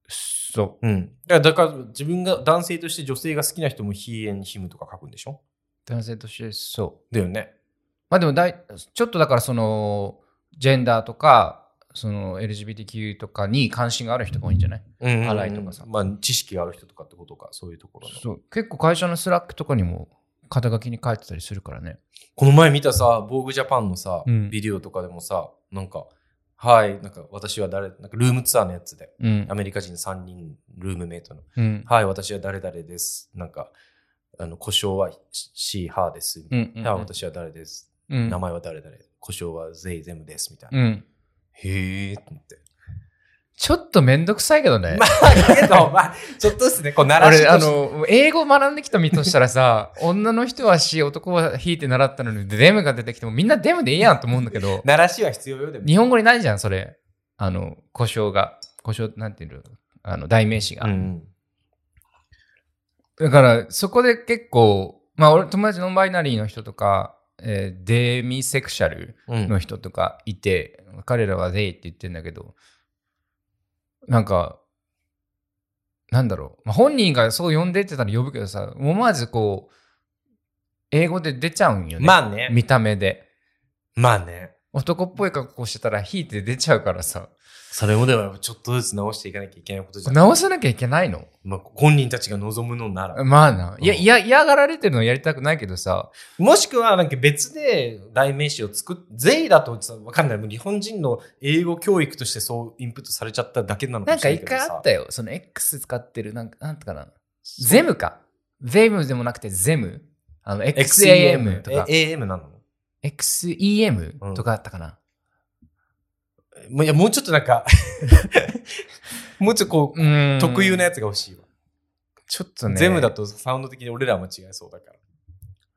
S2: そう。
S3: うんだからだから自分が男性として女性が好きな人もヒエンヒムとか書くんでしょ
S2: 男性としてそう。
S3: だよね
S2: まあでもだい、ちょっとだからその、ジェンダーとか、その LGBTQ とかに関心がある人が多いんじゃない
S3: うん
S2: ん
S3: 洗いとかさ、まあ、知識がある人とかってことかそういうところの
S2: そう。結構会社のスラックとかにも肩書きに書いてたりするからね。
S3: この前見たさ、防具ジャパンのさ、
S2: うん
S3: ビデオとかでもさ、なんか、はい、なんか私は誰、なんかルームツアーのやつで、
S2: うん
S3: ア。メリカ人3人、ルームメイトの、
S2: うん。
S3: はい、私は誰々です。なんか、あの、故障はシーハーです。みたい
S2: うん。
S3: なはい、私は誰です。
S2: うん。
S3: 名前は誰々。故障はゼイゼムです。みたいな。
S2: うん。
S3: へえーと思って。
S2: ちょっとめんどくさいけどね。
S3: まあ、けど、まあ、ちょっとですね、こう、鳴らし
S2: 俺、
S3: と
S2: あ
S3: して
S2: の、英語学んできた身としたらさ、 <laughs> 女の人はし、男はひいて習ったのに、デムが出てきてもみんなデムでいいやんと思うんだけど。
S3: 鳴らしは必要よ、でも。
S2: 日本語にないじゃん、それ。あの、故障が。故障なんていうのあの、代名詞が。
S3: うん。
S2: だから、そこで結構、まあ、俺、友達ノンバイナリーの人とか、えーデミセクシャル
S3: うん
S2: の人とかいて、彼らはデイって言ってんだけど、なんか、なんだろう、まあ、本人がそう呼んでってたら呼ぶけどさ、思わずこう、英語で出ちゃうんよね。
S3: まあね。
S2: 見た目で。
S3: まあね。
S2: 男っぽい格好してたら、ひいて出ちゃうからさ、
S3: それもではちょっとずつ直していかなきゃいけないことじゃん。
S2: 直さなきゃいけないの
S3: まあ、本人たちが望むのなら。
S2: まあな。いや、
S3: うん
S2: いや、嫌がられてるのやりたくないけどさ、
S3: もしくは、なんか別で代名詞を作っ、税だとわかんない。もう日本人の英語教育としてそうインプットされちゃっただけなのか
S2: な
S3: も
S2: ん
S3: し
S2: か
S3: れない
S2: 一
S3: けどさ。
S2: 回あったよ。その X 使ってる、なんか、なんとかな。
S3: そう
S2: ゼムか。ゼムでもなくてゼム。あの、XAM
S3: XAM
S2: とか、
S3: え AM なの
S2: XEM とかあったかな。
S3: もういや、もうちょっとなん
S2: <laughs>
S3: か、もうちょっとこう、
S2: うん
S3: 特有なやつが欲しいわ。
S2: ちょっとね。
S3: ゼムだとサウンド的に俺らは間違えそうだから。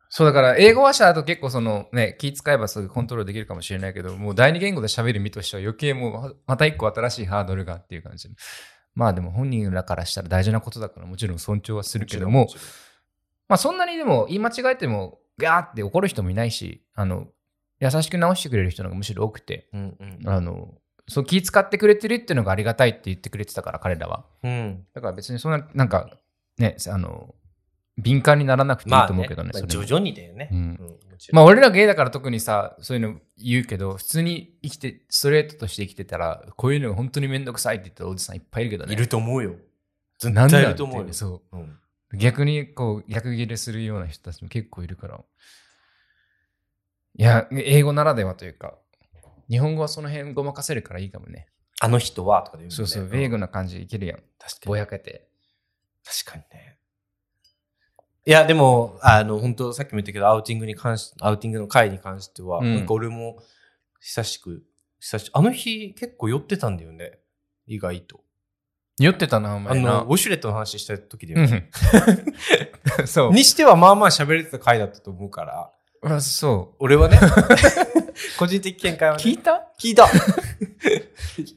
S2: そうだから、英語話者だと結構そのね、気使えばすぐコントロールできるかもしれないけど、もう第二言語で喋る身としては余計もう、また一個新しいハードルがっていう感じ。まあでも本人らからしたら大事なことだからもちろん尊重はするけども、
S3: ちろん、ちろん
S2: まあそんなにでも言い間違えても、ガーって怒る人もいないし、あの、優しく直してくれる人の方がむしろ多くて、
S3: うんうん
S2: あの、そう気使ってくれてるっていうのがありがたいって言ってくれてたから、彼らは。
S3: うん。
S2: だから別にそんな、なんか、ね、あの、敏感にならなくていい
S3: まあ、
S2: と
S3: ね、
S2: 思うけどね。
S3: まあ
S2: それ
S3: 徐
S2: も
S3: 々にだよね。
S2: うん
S3: もちろん
S2: まあ俺らゲイだから特にさ、そういうの言うけど、普通に生きて、ストレートとして生きてたら、こういうのが本当にめんどくさいって言ったおじさんいっぱいいるけどね。
S3: いる。と思うよ。絶
S2: なんだ
S3: 対い
S2: よっ
S3: る
S2: て
S3: と思うよ。
S2: そ
S3: うん
S2: う。逆にこう、逆切れするような人たちも結構いるから。いや、英語ならではというか、日本語はその辺ごまかせるからいいかもね。
S3: あの人はとかで言うんだ
S2: そう
S3: よね
S2: そう、
S3: ん
S2: 英語な感じいけるやん。
S3: 確か
S2: ぼ
S3: に。
S2: やけて。
S3: 確かにね。いや、でも、あの、本当さっきも言ったけど、アウティングに関し、アウティングの会に関しては、
S2: うん
S3: なんか俺も、久しく、久し、あの日結構酔ってたんだよね。意外と。
S2: 酔ってたな、お
S3: あ
S2: 前
S3: の、
S2: な
S3: ウ。ォシュレットの話した時だよ
S2: う
S3: ね。
S2: ん。 <laughs> そう
S3: にしてはまあまあ喋れてた回だったと思うから、
S2: あ。そ
S3: 俺
S2: <laughs>
S3: はね、個人的見解は、
S2: う。
S3: ね、
S2: 聞いた
S3: 聞いた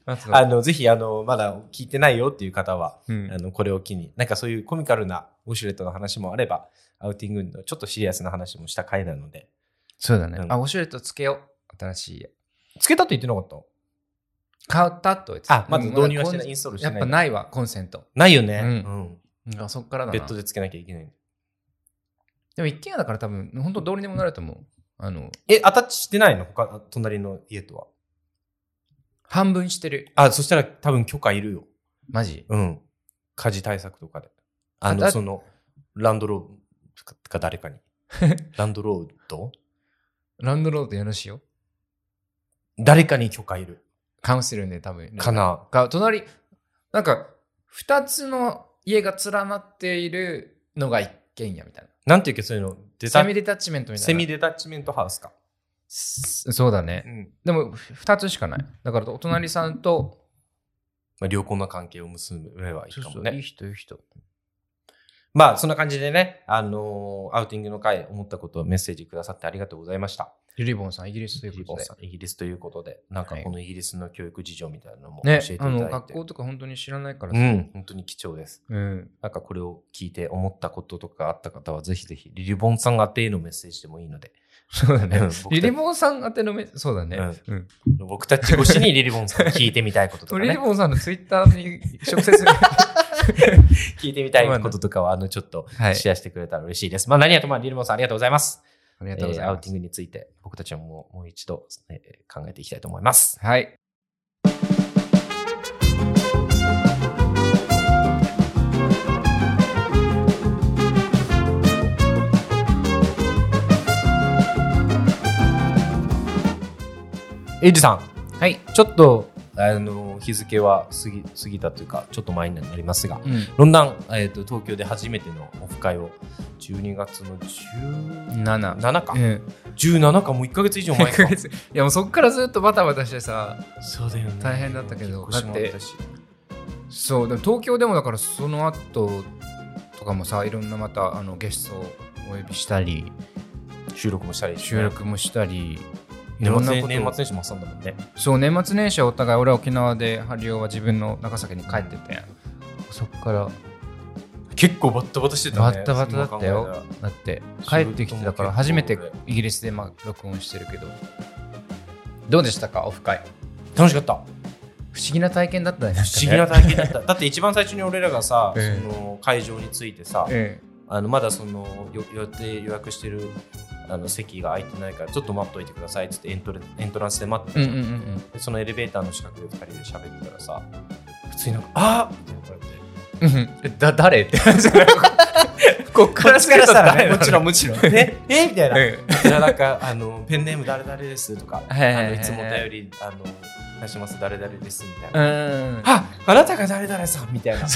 S2: あそう
S3: あの、ぜひ、あの、まだ聞いてないよっていう方は、
S2: うん
S3: あの、これを機に、なんかそういうコミカルなウォシュレットの話もあれば、アウティングのちょっとシリアスな話もした回なので。
S2: そうだね。
S3: うん
S2: あ、ウォシュレットつけよう。新しい家。
S3: つけたと言ってなかった
S2: 買ったと言ってた
S3: あまず
S2: でもだ
S3: 導入はしてない
S2: コン
S3: インストールして
S2: や
S3: ない
S2: っぱないわ、コンセント。
S3: ないよね。
S2: う
S3: うん。
S2: あそっからだな。
S3: ベッドでつけなきゃいけない。
S2: でも一軒家だから多分、本当どうにでもなると思う。あの、
S3: え、アタッチしてないの他、隣の家とは。
S2: 半分してる。
S3: あ、そしたら多分許可いるよ。
S2: マジ
S3: うん。火事対策とかで。あ
S2: アタ
S3: の、
S2: ッ
S3: その、ランドローかか誰か <laughs> に。ランドロード
S2: ランドロードよろしいよ。
S3: 誰かに許可いる。
S2: カウンセルで多分。
S3: かな。
S2: が隣、なんか、二つの家が連なっているのが一軒家みたいな。
S3: なんていうかそういうの、デタ
S2: セミデタッチメントみたいな。
S3: セミデタッチメントハウスか。
S2: すそうだね。
S3: ん。
S2: でも、二つしかない。だから、お隣さんと、
S3: まあ、良好な関係を結べばいいかもね。
S2: いい人、いい人。
S3: まあ、そんな感じでね、あのーアウティングの回、思ったことをメッセージくださってありがとうございました。
S2: リリボンさん、イギリスとい
S3: イギ
S2: う
S3: リ
S2: ことで
S3: ス。イギリスということで、なんか
S2: はい
S3: このイギリスの教育事情みたいなのも教え
S2: ね
S3: てい、た
S2: あ
S3: だいて、
S2: の学校とか本当に知らないから
S3: う
S2: さ、
S3: ん、本当に貴重です。
S2: うん
S3: なんかこれを聞いて思ったこととかあった方は、ぜひぜひ、リリボンさん宛てへのメッセージでもいいので、
S2: そうだ
S3: う
S2: ね
S3: ん。僕た
S2: リリボンさん宛てのめ、そうだね。
S3: う
S2: うん
S3: 僕たち越しにリリボンさんに聞いてみたいこととか
S2: リリ <laughs>
S3: ね、
S2: ボンさんのツイッターに
S3: <laughs>
S2: 直接、
S3: 聞いてみたいこととかは、あの、ちょっと
S2: はい。
S3: シェアしてくれたら嬉しいです。まあ、何やとも、リリボンさんありがとうございます。
S2: ありがとうござい
S3: えーアウ
S2: ま
S3: ティ
S2: す。
S3: ングについて僕たちももうもう一度、えー考えていきたいと思います。
S2: はい。
S3: エイジさん、
S2: はい。
S3: ちょっとあの日付は過ぎ過ぎたというかちょっと前になりますが、
S2: う
S3: ロンダン、えー、と東京で初めてのオフ会を12月の17
S2: ん。7。
S3: か、
S2: うん。
S3: 17かもう1か月以上前
S2: 1
S3: か
S2: <laughs> ヶ月。いや、もうそっからずっとバタバタしてさ、
S3: そうだよね
S2: 大変だったけ
S3: 引
S2: ど
S3: っ越しもあったし
S2: そう、でも東京でもだからその後とかもさ、いろんなまたあのゲストをお呼びしたり、
S3: 収録もしたりして
S2: 収録もしたり、い
S3: 年
S2: ろんな
S3: 末
S2: こと
S3: 年末年始も挟んだもんね
S2: そう年末年始はお互い俺は沖縄でハリオは自分の長崎に帰っててそっから
S3: 結構バッタバタしてた
S2: バ
S3: ね
S2: ッタバタだった
S3: そんな考
S2: よだって帰ってきてだから
S3: 仕事
S2: 初
S3: も
S2: め
S3: 結構
S2: てイギリスでまあ録音してるけどどうでしたかオフ会
S3: えたら楽しかった
S2: 不思議な体験だったね。
S3: 不思議な体験
S2: <laughs>
S3: だった。だって一番最初に俺らがさ、
S2: ええ
S3: その会場についてさ、
S2: え
S3: あのまだそのよ予定予約してるあの席が空いてないからちょっと待っといてくださいっつってエントレエントランスで待って
S2: え。
S3: た
S2: うん
S3: じゃん
S2: うんうんうん。
S3: でそのエレベーターの近くで2人で喋ってたらさ普通になんか「あっ!」みたいなこうやって。
S2: うんだ誰 <laughs> って話じゃないこっからした
S3: こ
S2: ら
S3: っちからしたら
S2: さ
S3: <laughs> ね
S2: もちろんもちろん
S3: ええみたいな。
S2: え
S3: いやなんかあのペンネーム誰々ですとか、
S2: はいはい
S3: あ
S2: はい
S3: のいつもお便りあの出します誰々ですみたいな。
S2: うん
S3: ああなたが誰々さんみたいな。っ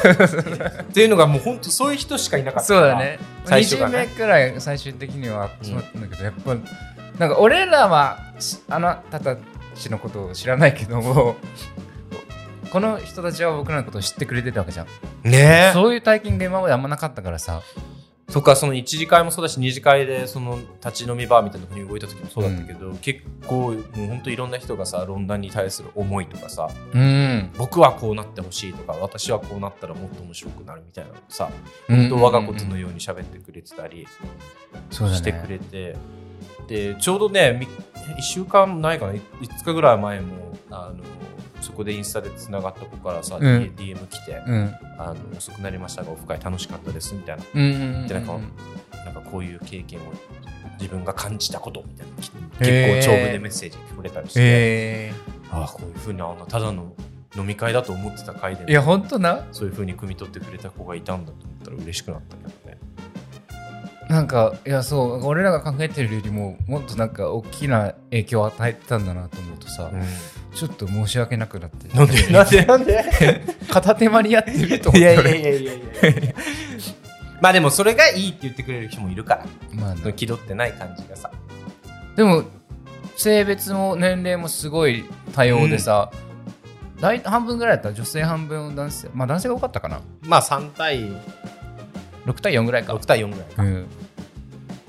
S3: ていうのがもう本当そういう人しかいなかった
S2: そ
S3: か
S2: う
S3: ら。
S2: だね
S3: 最
S2: 2
S3: 初
S2: 週
S3: がね
S2: 目くらい最終的には集まったんだけど、やっぱなんか俺らはしあなたたちのことを知らないけど <laughs> もこの人たちは僕らのことを知ってくれてたわけじゃん、
S3: ね
S2: そういう体験が今まであんまなかったからさ
S3: とかその一次会もそうだし二次会でその立ち飲みバーみたいなところに動いた時もそうだったけど、結構もう本当いろんな人がさ論壇に対する思いとかさ
S2: うん、
S3: 僕はこうなってほしいとか私はこうなったらもっと面白くなるみたいなのさ
S2: う
S3: 本
S2: ん
S3: 当我がことのように喋ってくれてたり
S2: そうだね
S3: してくれて、でちょうどね1週間ないかな5日ぐらい前もあのそこでインスタでつながった子からさ、
S2: うん
S3: DM 来て、
S2: うん
S3: あの「遅くなりましたがオフ会楽しかったです」みたいな
S2: うんうんうんうん
S3: でなんかなんかこういう経験を自分が感じたことみたいな結
S2: へー
S3: 構長文でメッセージくれたりして、
S2: え
S3: ああこういうふうにあのただの飲み会だと思ってた会で
S2: ー、いや本当な
S3: そういうふうに汲み取ってくれた子がいたんだと思ったら嬉しくなったけどね。
S2: なんかいやそう俺らが考えてるよりももっとなんか大きな影響を与えてたんだなと思うとさ、ちょっと申し訳なくなって
S3: <laughs> なんでなんでなんで
S2: 片手間にやってる
S3: い
S2: と思って
S3: やいやいやいやいや <laughs> いやまあでもそれがいいって言ってくれる人もいるから
S2: まあ
S3: その
S2: ね、
S3: 気取ってない感じがさ
S2: でも性別も年齢もすごい多様でさ、大半分ぐらいだったら女性半分男性まあ男性が多かったかな
S3: まあ3対
S2: 6対4ぐらいか
S3: 6、対4ぐらいか
S2: うん、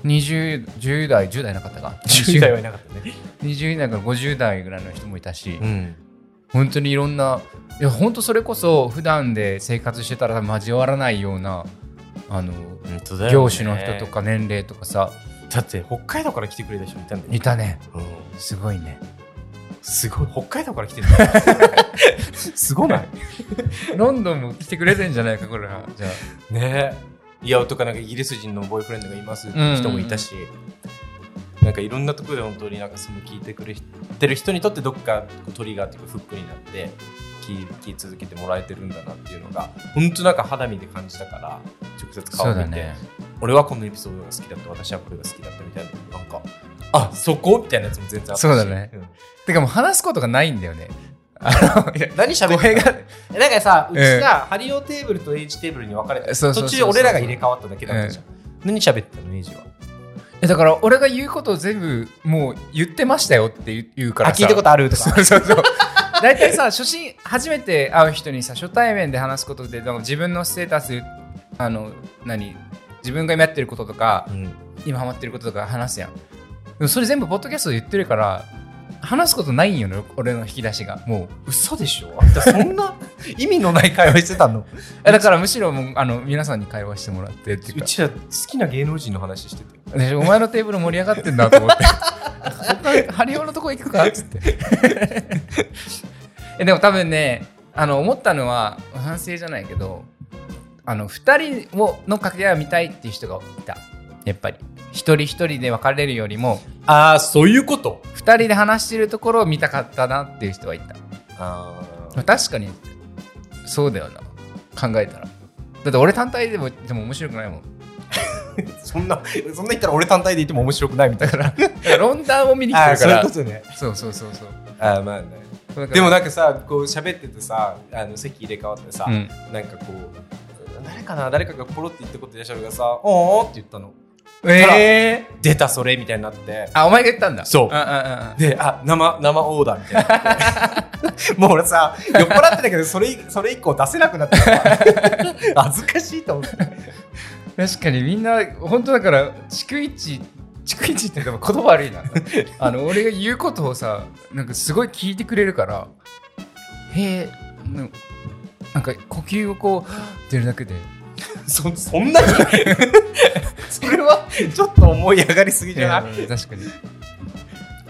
S2: 2010代10代なかっ
S3: <laughs>
S2: たか
S3: 10代はいなかったね、
S2: 20代から50代ぐらいの人もいたし、
S3: ん、
S2: 本当にいろんないや本当それこそ普段で生活してたら交わらないようなあの
S3: 本当だよね
S2: 業種の人とか年齢とかさ
S3: だって北海道から来てくれた人いたんだよ
S2: いたね
S3: うん
S2: すごいね
S3: すごい北海道から来てる
S2: <laughs>
S3: んだすごない
S2: ロンドンも来てくれてんじゃないかこれはじゃあ
S3: ねえいやとかなんかイギリス人のボーイフレンドがいますっていう人もいたし、なんかいろんなところで本当になんかその聞いてくれてる人にとってどっかこうトリガーっていうかフックになって聞い聞い続けてもらえてるんだなっていうのが本当なんか肌身で感じたから直接顔
S2: そ
S3: を
S2: うだ
S3: 見て、
S2: ね
S3: 俺はこのエピソードが好きだった私はこれが好きだったみたいななんかあそこみたいなやつも全然あったし
S2: そうだね
S3: ん
S2: てかもう話すことがないんだよ
S3: <laughs>
S2: ねあのいや
S3: 何喋
S2: 語
S3: って
S2: 弊
S3: た
S2: が
S3: <laughs> えなんかさうち
S2: ええ
S3: さ、ハリオテーブルとエイジテーブルに分かれて
S2: そうそうそ
S3: 途
S2: うそう
S3: 中俺らが入れ替わっただけだったじゃん、何喋ってたのエイジは
S2: えだから俺が言うことを全部もう言ってましたよって言う言うから
S3: あ聞いたことあるとか
S2: そうそうそう。大体さ、初心、初めて会う人にさ、初対面で話すことで、なんか自分のステータス、あの、何、自分が今やってることとか、
S3: うん
S2: 今ハマってることとか話すやん。でもそれ全部ポッドキャストで言ってるから、話すことないんよね、俺の引き出しが。もう。
S3: 嘘でしょあんたそんな意味のない会話してた <laughs> の
S2: えだからむしろもう、あの、皆さんに会話してもらってっていう
S3: う
S2: か。
S3: ちら好きな芸能人の話してて
S2: でお前のテーブル盛り上がってんだと思って。他ハリオのとこ行くかっつって。 <laughs> えでも多分ね、あの思ったのは反省じゃないけど、あの2人をの掛け合いを見たいっていう人がいた。やっぱり。一人一人で別れるよりも、
S3: ああそういうこと
S2: 2人で話してるところを見たかったなっていう人はいた。
S3: あ
S2: まあ確かに、そうだよな。考えたら。だって俺単体でもでも面白くないもん。
S3: そんなそんな言ったら俺単体で言っても面白くないみたいな
S2: だから論壇を見に来
S3: あ
S2: て
S3: あ
S2: るか
S3: そういう
S2: ら
S3: こ。とね
S2: そうそうそうそう。
S3: ああまあねでもなんかさこう喋っててさあの席入れ替わってさ、
S2: うん、
S3: なんかこう誰かな誰かがポロって言ったことでいらっしゃるがさ「おー」って言ったの
S2: え
S3: 「出たそれ」みたいになって
S2: ー、あお前が言ったんだ
S3: そう
S2: うんうん
S3: であ生生オーダーみたいになって <laughs> もう俺さ酔っ払ってたけどそれそれ以降出せなくなったから恥ずかしいと思って
S2: うん確かにみんな本当だから逐一逐一ってでも言葉悪
S3: <laughs>
S2: いなあの俺が言うことをさなんかすごい聞いてくれるからへえうんなんか呼吸をこう出るだけで
S3: そそんなにそれはちょっと思い上がりすぎじゃない
S2: うん確かに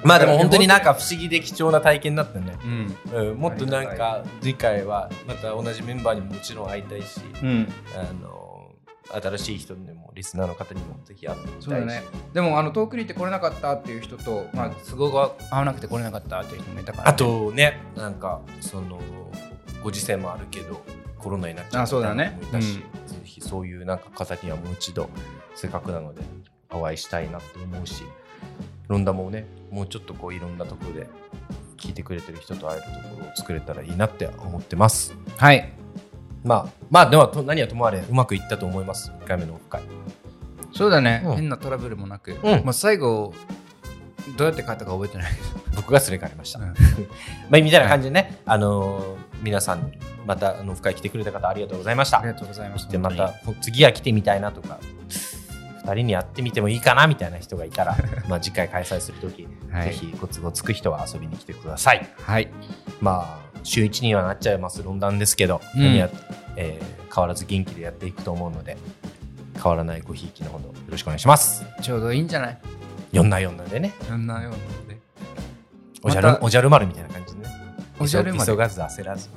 S3: まあでも本当になんか不思議で貴重な体験だったね、
S2: うん。
S3: うん、もっとなんか次回はまた同じメンバーにももちろん会いたいし、
S2: うん。
S3: あの新しい人にもリスナーの方にもぜひ会ってみたいし
S2: そうだね。でも、あの、遠くに行って来れなかったっていう人と、まあ、都合が合わなくて来れなかったっていう人もいたから、
S3: あ、とねなんかそのご時世もあるけどコロナになっちゃ
S2: あ
S3: った
S2: そうだね
S3: 人もいたし、ぜひそういうなんか方にはもう一度せっかくなのでお会いしたいなと思うしロンダもねもうちょっとこういろんなところで聞いてくれてる人と会えるところを作れたらいいなって思ってます。
S2: はい。
S3: まあ、まあでもと何はともあれうまくいったと思います1回目のオフ会
S2: そうだね。
S3: うん
S2: 変なトラブルもなく、
S3: うん
S2: まあ、最後、どうやって帰ったか覚えてない。
S3: 僕がすれ替え <laughs> ました、
S2: うん
S3: まあみたいな感じでね、あのー皆さんまたあのオフ会来てくれた方ありがとうございました
S2: ありがとうございました。
S3: でま
S2: 本当に
S3: た次は来てみたいなとか2人にやってみてもいいかなみたいな人がい
S2: <laughs>
S3: たらまあ次回開催する時、
S2: は
S3: ぜ
S2: い
S3: ひご都合つく人は遊びに来てください
S2: はい。
S3: まあ週1にはなっちゃいます論壇ですけど、
S2: うん
S3: 何やえー変わらず元気でやっていくと思うので変わらないごひいきのほどよろしくお願いします
S2: ちょうどいいんじゃない
S3: 4な4なでね
S2: そんなようなので。
S3: おじゃ
S2: ま
S3: る
S2: た
S3: おじゃる丸みたいな感じでね
S2: おじゃるまで
S3: 急。がず焦らず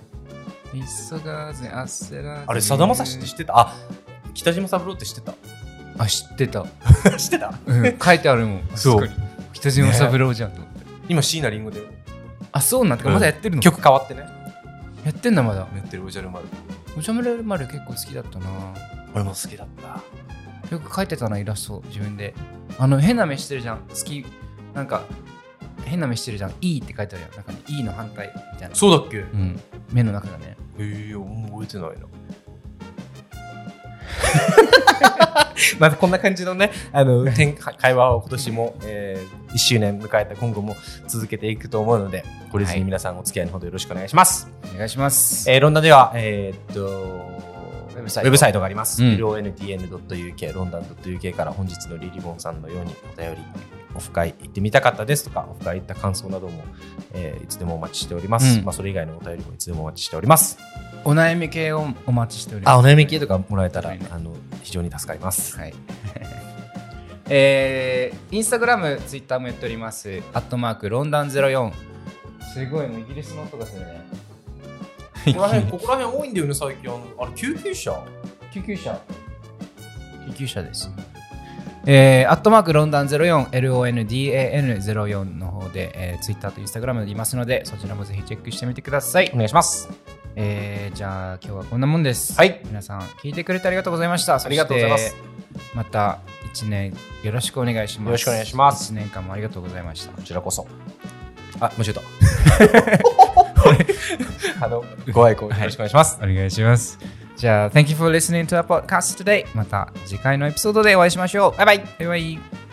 S2: 急がず、焦らず。
S3: あれさだまさしって知ってたあ北島三郎って知ってた
S2: あ、 <laughs> 知ってた。
S3: 知ってた
S2: うん、書いてあるもん。
S3: <laughs> そう
S2: あこに。北島三郎じゃんと思って。
S3: 今椎名林檎で
S2: あ、そうなんてか、
S3: うん
S2: まだやってるの
S3: 曲変わってね
S2: やってんだ、まだ。
S3: やってるおじゃる丸
S2: おじゃむるまる結構好きだったな。
S3: 俺も好きだった
S2: よく描いてたな、イラスト、自分で。あの、変な目してるじゃん。好き。なんか、変な目してるじゃん。いいって書いてあるやん。なんか、いいの反対みたいな。
S3: そうだっけへ
S2: うん。目の中だね。
S3: え覚えてないな <laughs> まあこんな感じのねあの展開会話を今年も、え1周年迎えた今後も続けていくと思うのでこれずに皆さんお付き合いのほどよろしくお願いします、
S2: お願いします。
S3: えーロンダでは、えーっとウ
S2: ェブサイト
S3: ェブサイトがあります。
S2: うん
S3: LONDN.UK、ロンダン .UK から本日のリリボンさんのようにお便り、オフ会行ってみたかったですとか、オフ会行った感想なども、えーいつでもお待ちしております。
S2: うん
S3: まあ、それ以外のお便りもいつでもお待ちしております。
S2: お悩み系をお待ちしております。
S3: あ、お悩み系とかもらえたら、
S2: はい
S3: あの非常に助かります。
S2: はい。 <laughs> えー、インスタグラム、ツイッターもやっております。アットマーク、ロンダン04。すごい、もうイギリスの音がするね。
S3: ここら辺、ここら辺多いんだよね、最近。あのあれ、救急車
S2: 救急車。救急車です。えー、アットマークロンダン04、LONDAN04 の方で、えー、Twitter と Instagram でいますので、そちらもぜひチェックしてみてください
S3: お。願いします。
S2: えー、じゃあ今日はこんなもんです。
S3: はい
S2: 皆さん、聞いてくれてありがとうございました。あ
S3: ありがとうございます。
S2: また1年よろしくお願いします。
S3: よろしくお願いします
S2: 1年間もありがとうございました
S3: こ。ちらこそ。あ、間違 <laughs> えた。あの、ご愛顧よろしくお願いします。
S2: お願いします。じゃあ、Thank you for listening to our podcast today. また次回のエピソードでお会いしましょう。バイバイバイバイ